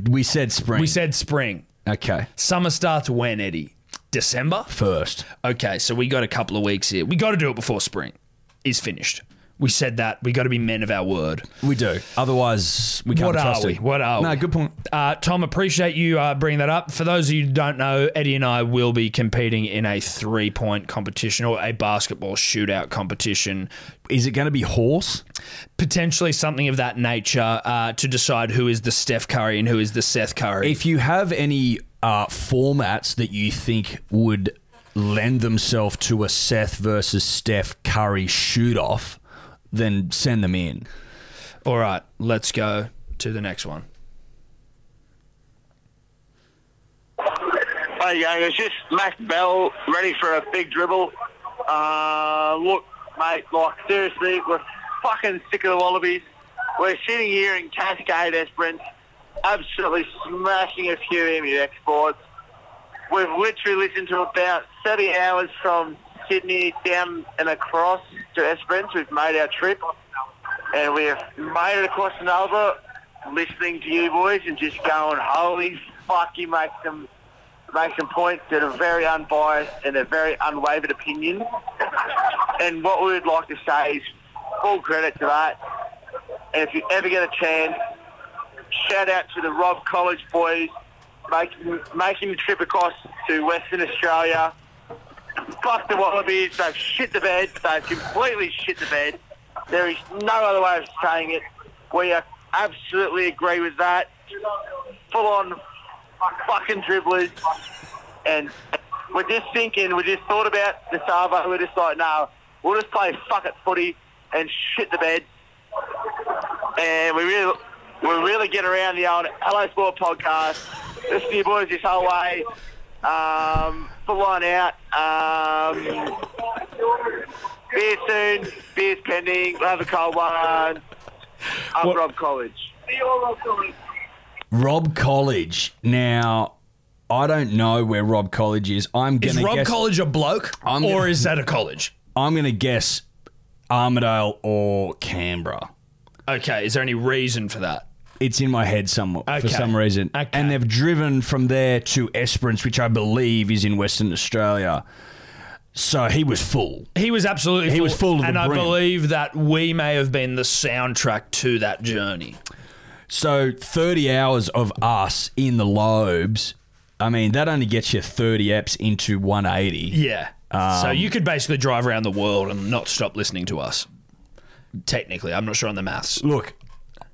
We said spring.
We said spring.
okay.
Summer starts when, Eddie? December?
First.
okay, so we got a couple of weeks here. We got to do it before spring is finished. We said that. We got to be men of our word.
We do. Otherwise, we can't
What
be
are
trusted.
we? What are
No,
we?
good point.
Uh, Tom, appreciate you uh, bringing that up. For those of you who don't know, Eddie and I will be competing in a three point competition or a basketball shootout competition,
Is it going to be horse?
potentially something of that nature uh, to decide who is the Steph Curry and who is the Seth Curry.
If you have any uh, formats that you think would lend themselves to a Seth versus Steph Curry shoot off, then send them in.
All right, let's go to the next one.
Hey gang, it's just Mac Bell ready for a big dribble. Uh, look, mate, like seriously, we're fucking sick of the Wallabies. We're sitting here in Cascade Esperance, absolutely smashing a few Emu exports. We've literally listened to about 30 hours from Sydney down and across to Esperance. We've made our trip and we have made it across to Nova listening to you boys and just going, holy fuck, you make some, make some points that are very unbiased and a very unwavered opinion. And what we would like to say is full credit to that. And if you ever get a chance, shout out to the Rob College boys making, making the trip across to Western Australia. Fuck the Wallabies. They've shit the bed. They've completely shit the bed. There is no other way of saying it. We are- absolutely agree with that. Full on fucking dribblers. And we're just thinking, we just thought about the Savo. We're just like, no, we'll just play fuck it footy and shit the bed. And we really, we really get around the old Hello Sport podcast. Listen to you boys this whole way. Um, full on out. Um, beer soon. Beer's pending. We'll have a cold one. I'm
What-
Rob College. See you all, Rob College.
Rob College. Now, I don't know where Rob College is. I'm
Is
gonna
Rob
guess.
College a bloke,
I'm
or
gonna-
is that a college?
I'm gonna guess Armadale or Canberra.
Okay, is there any reason for that?
It's in my head some
Okay.
for some reason,
Okay.
and they've driven from there to Esperance, which I believe is in Western Australia. So he was full.
He was absolutely
He was full to the
and I
brim.
believe that we may have been the soundtrack to that journey.
So 30 hours of us in the lobes. I mean, that only gets you 30 apps into 180.
Yeah. so
Um,
you could basically drive around the world and not stop listening to us. Technically, I'm not sure on the maths.
Look,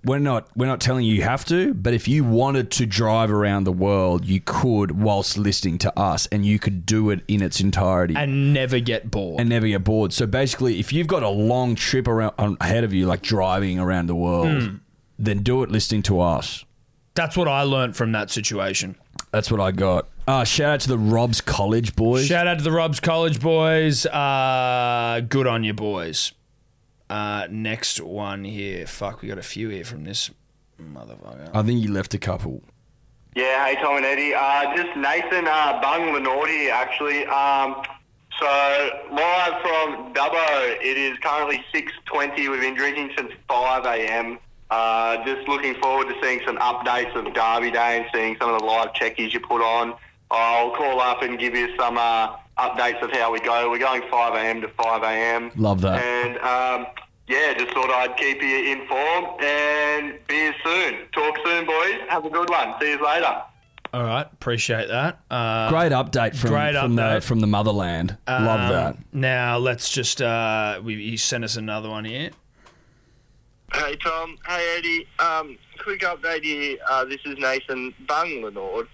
we're not we're not telling you you have to, but if you wanted to drive around the world, you could whilst listening to us and you could do it in its entirety.
And never get bored.
and never get bored. So basically, if you've got a long trip around on, ahead of you, like driving around the world,
Hmm.
then do it listening to us.
That's what I learned from that situation.
That's what I got. Uh, shout out to the Rob's College boys.
Shout out to the Robs College boys. Uh, good on you, boys. Uh, next one here. Fuck, we got a few here from this motherfucker.
I think you left a couple.
Yeah, hey Tom and Eddie. Uh, just Nathan uh, Bung Lenaud here, actually. Um, so live from Dubbo, it is currently six twenty. We've been drinking since five a.m. Uh, just looking forward to seeing some updates of Derby Day and seeing some of the live checkies you put on. I'll call up and give you some uh, updates of how we go. We're going five a.m. to five a.m.
Love that.
And um, yeah, just thought I'd keep you informed and be here soon. Talk soon, boys. Have a good one. See you later.
All right, appreciate that. Uh,
Great update from,
Great
from the
update.
from the motherland. Love that.
Um, Now let's just uh, we, he sent us another one here.
Hey Tom. Hey Eddie. Um, quick update here. Uh, this is Nathan Bung Lenaud.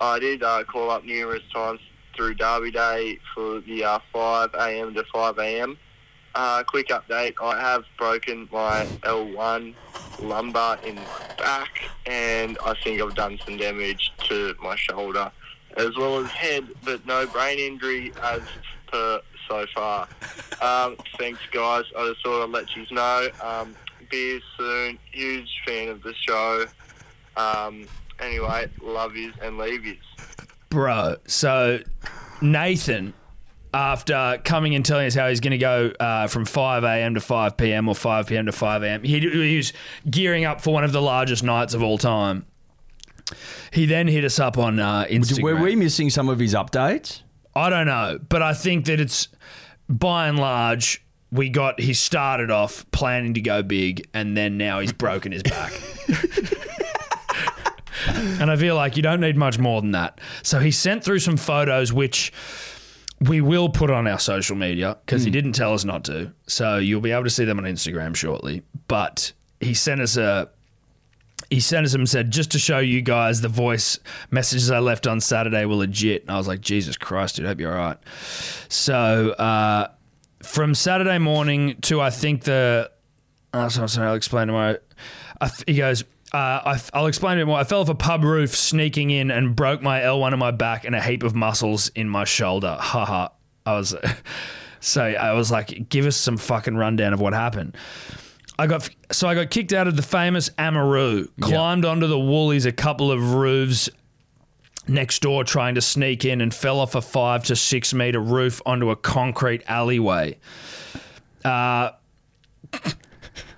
I did uh, call up numerous times through Derby Day for the uh, 5 a.m. to 5 a.m. Uh, quick update. I have broken my L1 lumbar in my back, and I think I've done some damage to my shoulder as well as head, but no brain injury as per so far. Um, thanks, guys. I just thought I'd let you know. Um, beers soon. Huge fan of the show. Um, anyway, love yous and leave yous.
bro. So Nathan, after coming and telling us how he's going to go uh, from 5 a.m. to 5 p.m. or 5 p.m. to 5 a.m., he, he was gearing up for one of the largest nights of all time. He then hit us up on uh, Instagram.
Were we missing some of his updates?
I don't know, but I think that it's by and large. We got he started off planning to go big, and then now he's broken his back. and I feel like you don't need much more than that. So he sent through some photos, which we will put on our social media because he didn't tell us not to. So you'll be able to see them on Instagram shortly. But he sent us a he sent us them and said, just to show you guys the voice messages I left on Saturday were legit. And I was like, Jesus Christ, dude, hope you're all right. So uh, from Saturday morning to I think the Oh, that's what I'm saying. I'll explain tomorrow. I f- he goes, uh, I f- I'll explain it more. I fell off a pub roof sneaking in and broke my L1 in my back and a heap of muscles in my shoulder. Ha ha. I was, so I was like, give us some fucking rundown of what happened. I got so I got kicked out of the famous Amaru. Climbed onto the Woolies a couple of roofs next door trying to sneak in and fell off a five to six meter roof onto a concrete alleyway.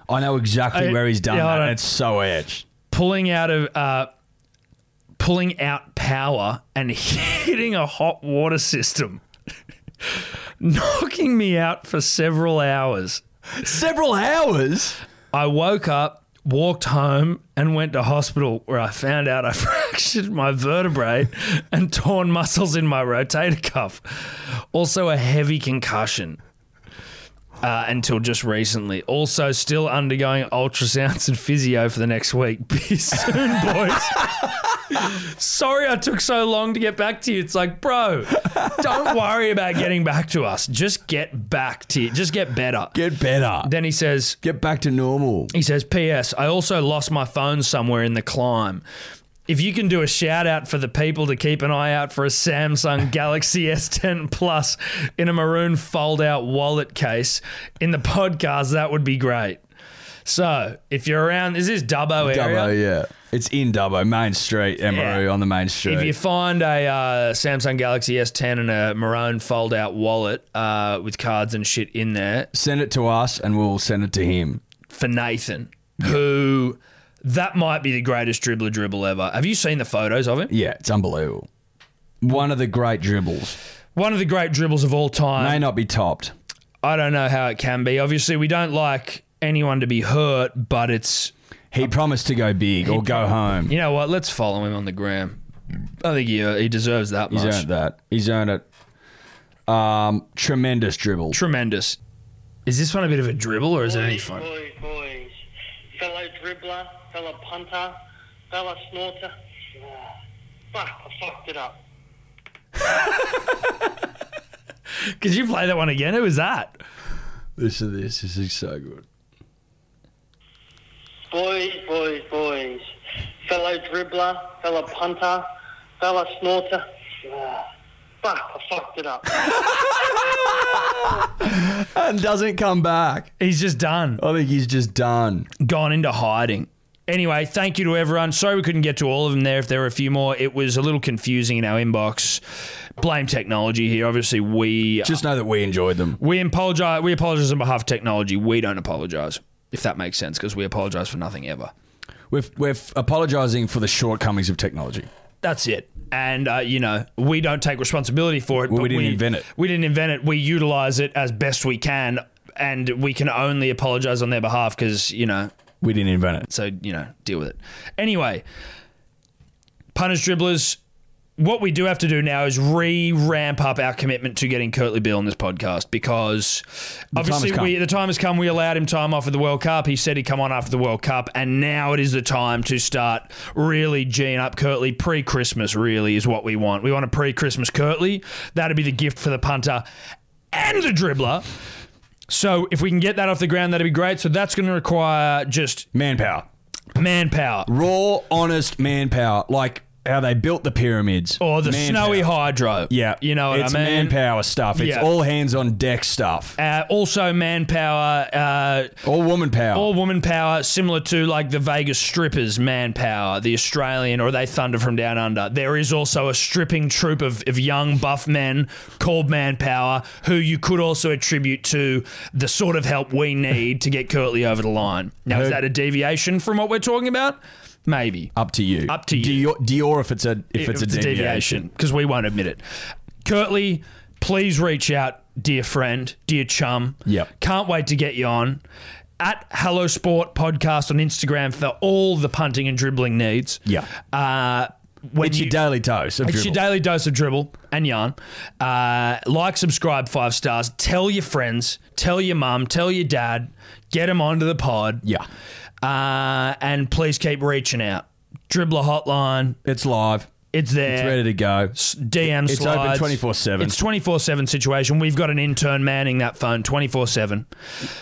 I know exactly
I-
where he's done
yeah, I
that.
don't-
It's so edge.
pulling out of uh, pulling out power and hitting a hot water system, knocking me out for several hours.
Several hours.
I woke up, walked home, and went to hospital where I found out I fractured my vertebrae and torn muscles in my rotator cuff. Also, a heavy concussion. Uh, until just recently. Also, still undergoing ultrasounds and physio for the next week. Be soon, boys. Sorry I took so long to get back to you. It's like, bro, don't worry about getting back to us. Just get back to you. Just get better.
Get better.
then he says,
Get back to normal.
he says, P.S. I also lost my phone somewhere in the climb. If you can do a shout out for the people to keep an eye out for a Samsung Galaxy S10 Plus in a maroon fold out wallet case in the podcast, that would be great. So if you're around, is this Dubbo area?
Dubbo, yeah. It's in Dubbo, Main Street, Emery
Yeah.
on the Main Street.
If you find a uh, Samsung Galaxy S10 and a maroon fold out wallet uh, with cards and shit in there,
send it to us and we'll send it to him.
for Nathan, who that might be the greatest dribbler dribble ever. Have you seen the photos of him?
Yeah, it's unbelievable. One of the great dribbles.
One of the great dribbles of all
May
time.
not be topped.
I don't know how it can be. Obviously, we don't like anyone to be hurt, but it's
He promised to go big or go home.
you know what? Let's follow him on the gram. I think he uh, he deserves that
He's
much.
earned that. He's earned it. Um, tremendous dribble.
Tremendous. Is this one a bit of a dribble or is it any
Boys,
fun?
boys, boys. Fellow dribbler, fellow punter, fellow snorter. Ah, Fuck, I fucked it up.
Could you play that one again? Who was that?
This is this. This is so good.
Boys, boys, boys. Fellow dribbler, fellow punter, fellow snorter. Ah, Fuck, I fucked it up.
And doesn't come back.
He's just done.
I think he's just done.
gone into hiding. Anyway, thank you to everyone. Sorry we couldn't get to all of them there. If there were a few more, it was a little confusing in our inbox. Blame technology here. Obviously, we
Just know that we enjoyed them.
we apologize. We apologize on behalf of technology. We don't apologize if that makes sense because we apologize for nothing ever.
We're, we're apologising for the shortcomings of technology.
That's it. And uh, you know, we don't take responsibility for it.
Well, we
but
didn't invent it.
We didn't invent it. We utilize it as best we can, and we can only apologize on their behalf because you know
We didn't invent it.
So, you know, deal with it. Anyway, punters, dribblers, what we do have to do now is re ramp up our commitment to getting Curtly Bill on this podcast because
has
obviously
come.
we, the time has come. We allowed him time off of the World Cup. He said he'd come on after the World Cup. And now it is the time to start really G'ing up Curtly. Pre Christmas, really, is what we want. We want a pre Christmas Curtly. That'd be the gift for the punter and the dribbler. So if we can get that off the ground, that'd be great. So that's going to require just
Manpower.
manpower
Raw, honest manpower. Like how they built Oh, the pyramids.
or the
Manpower.
snowy hydro.
Yeah.
you know what
it's
I mean.
manpower stuff. It's
Yeah.
all hands on deck stuff.
Uh, also, manpower, uh,
All woman power.
all woman power, similar to like the Vegas strippers' manpower, the Australian, or they thunder from down under. There is also a stripping troop of, of young buff men called manpower, who you could also attribute to the sort of help we need to get Curtly over the line. Now, is
Heard-
that a deviation from what we're talking about? Maybe.
up to you.
Up to you.
Dior, Dior if it's a if, it's, a deviation.
because we won't admit it. Curtly, please reach out, dear friend, dear chum.
Yep.
Can't wait to get you on. At Hello Sport Podcast on Instagram for all the punting and dribbling needs.
Yeah.
Uh, when
It's
you,
your daily dose of
it's your
dribble.
daily dose of dribble and yarn. Uh, like, subscribe, five stars. Tell your friends, tell your mum, tell your dad. Get them onto the pod.
yeah.
Uh, and please keep reaching out. Dribbler hotline.
It's live.
It's there.
It's ready to go.
S- DM
It's
slides.
open 24/7.
It's 24/7 situation. We've got an intern manning that phone 24/7.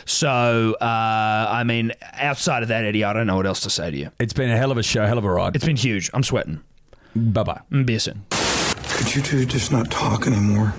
So, uh, I mean, outside of that, Eddie, I don't know what else to say to you.
It's been a hell of a show, hell of a ride.
It's been huge. I'm sweating.
Bye bye.
I'm bissing.
Could you two just not talk anymore?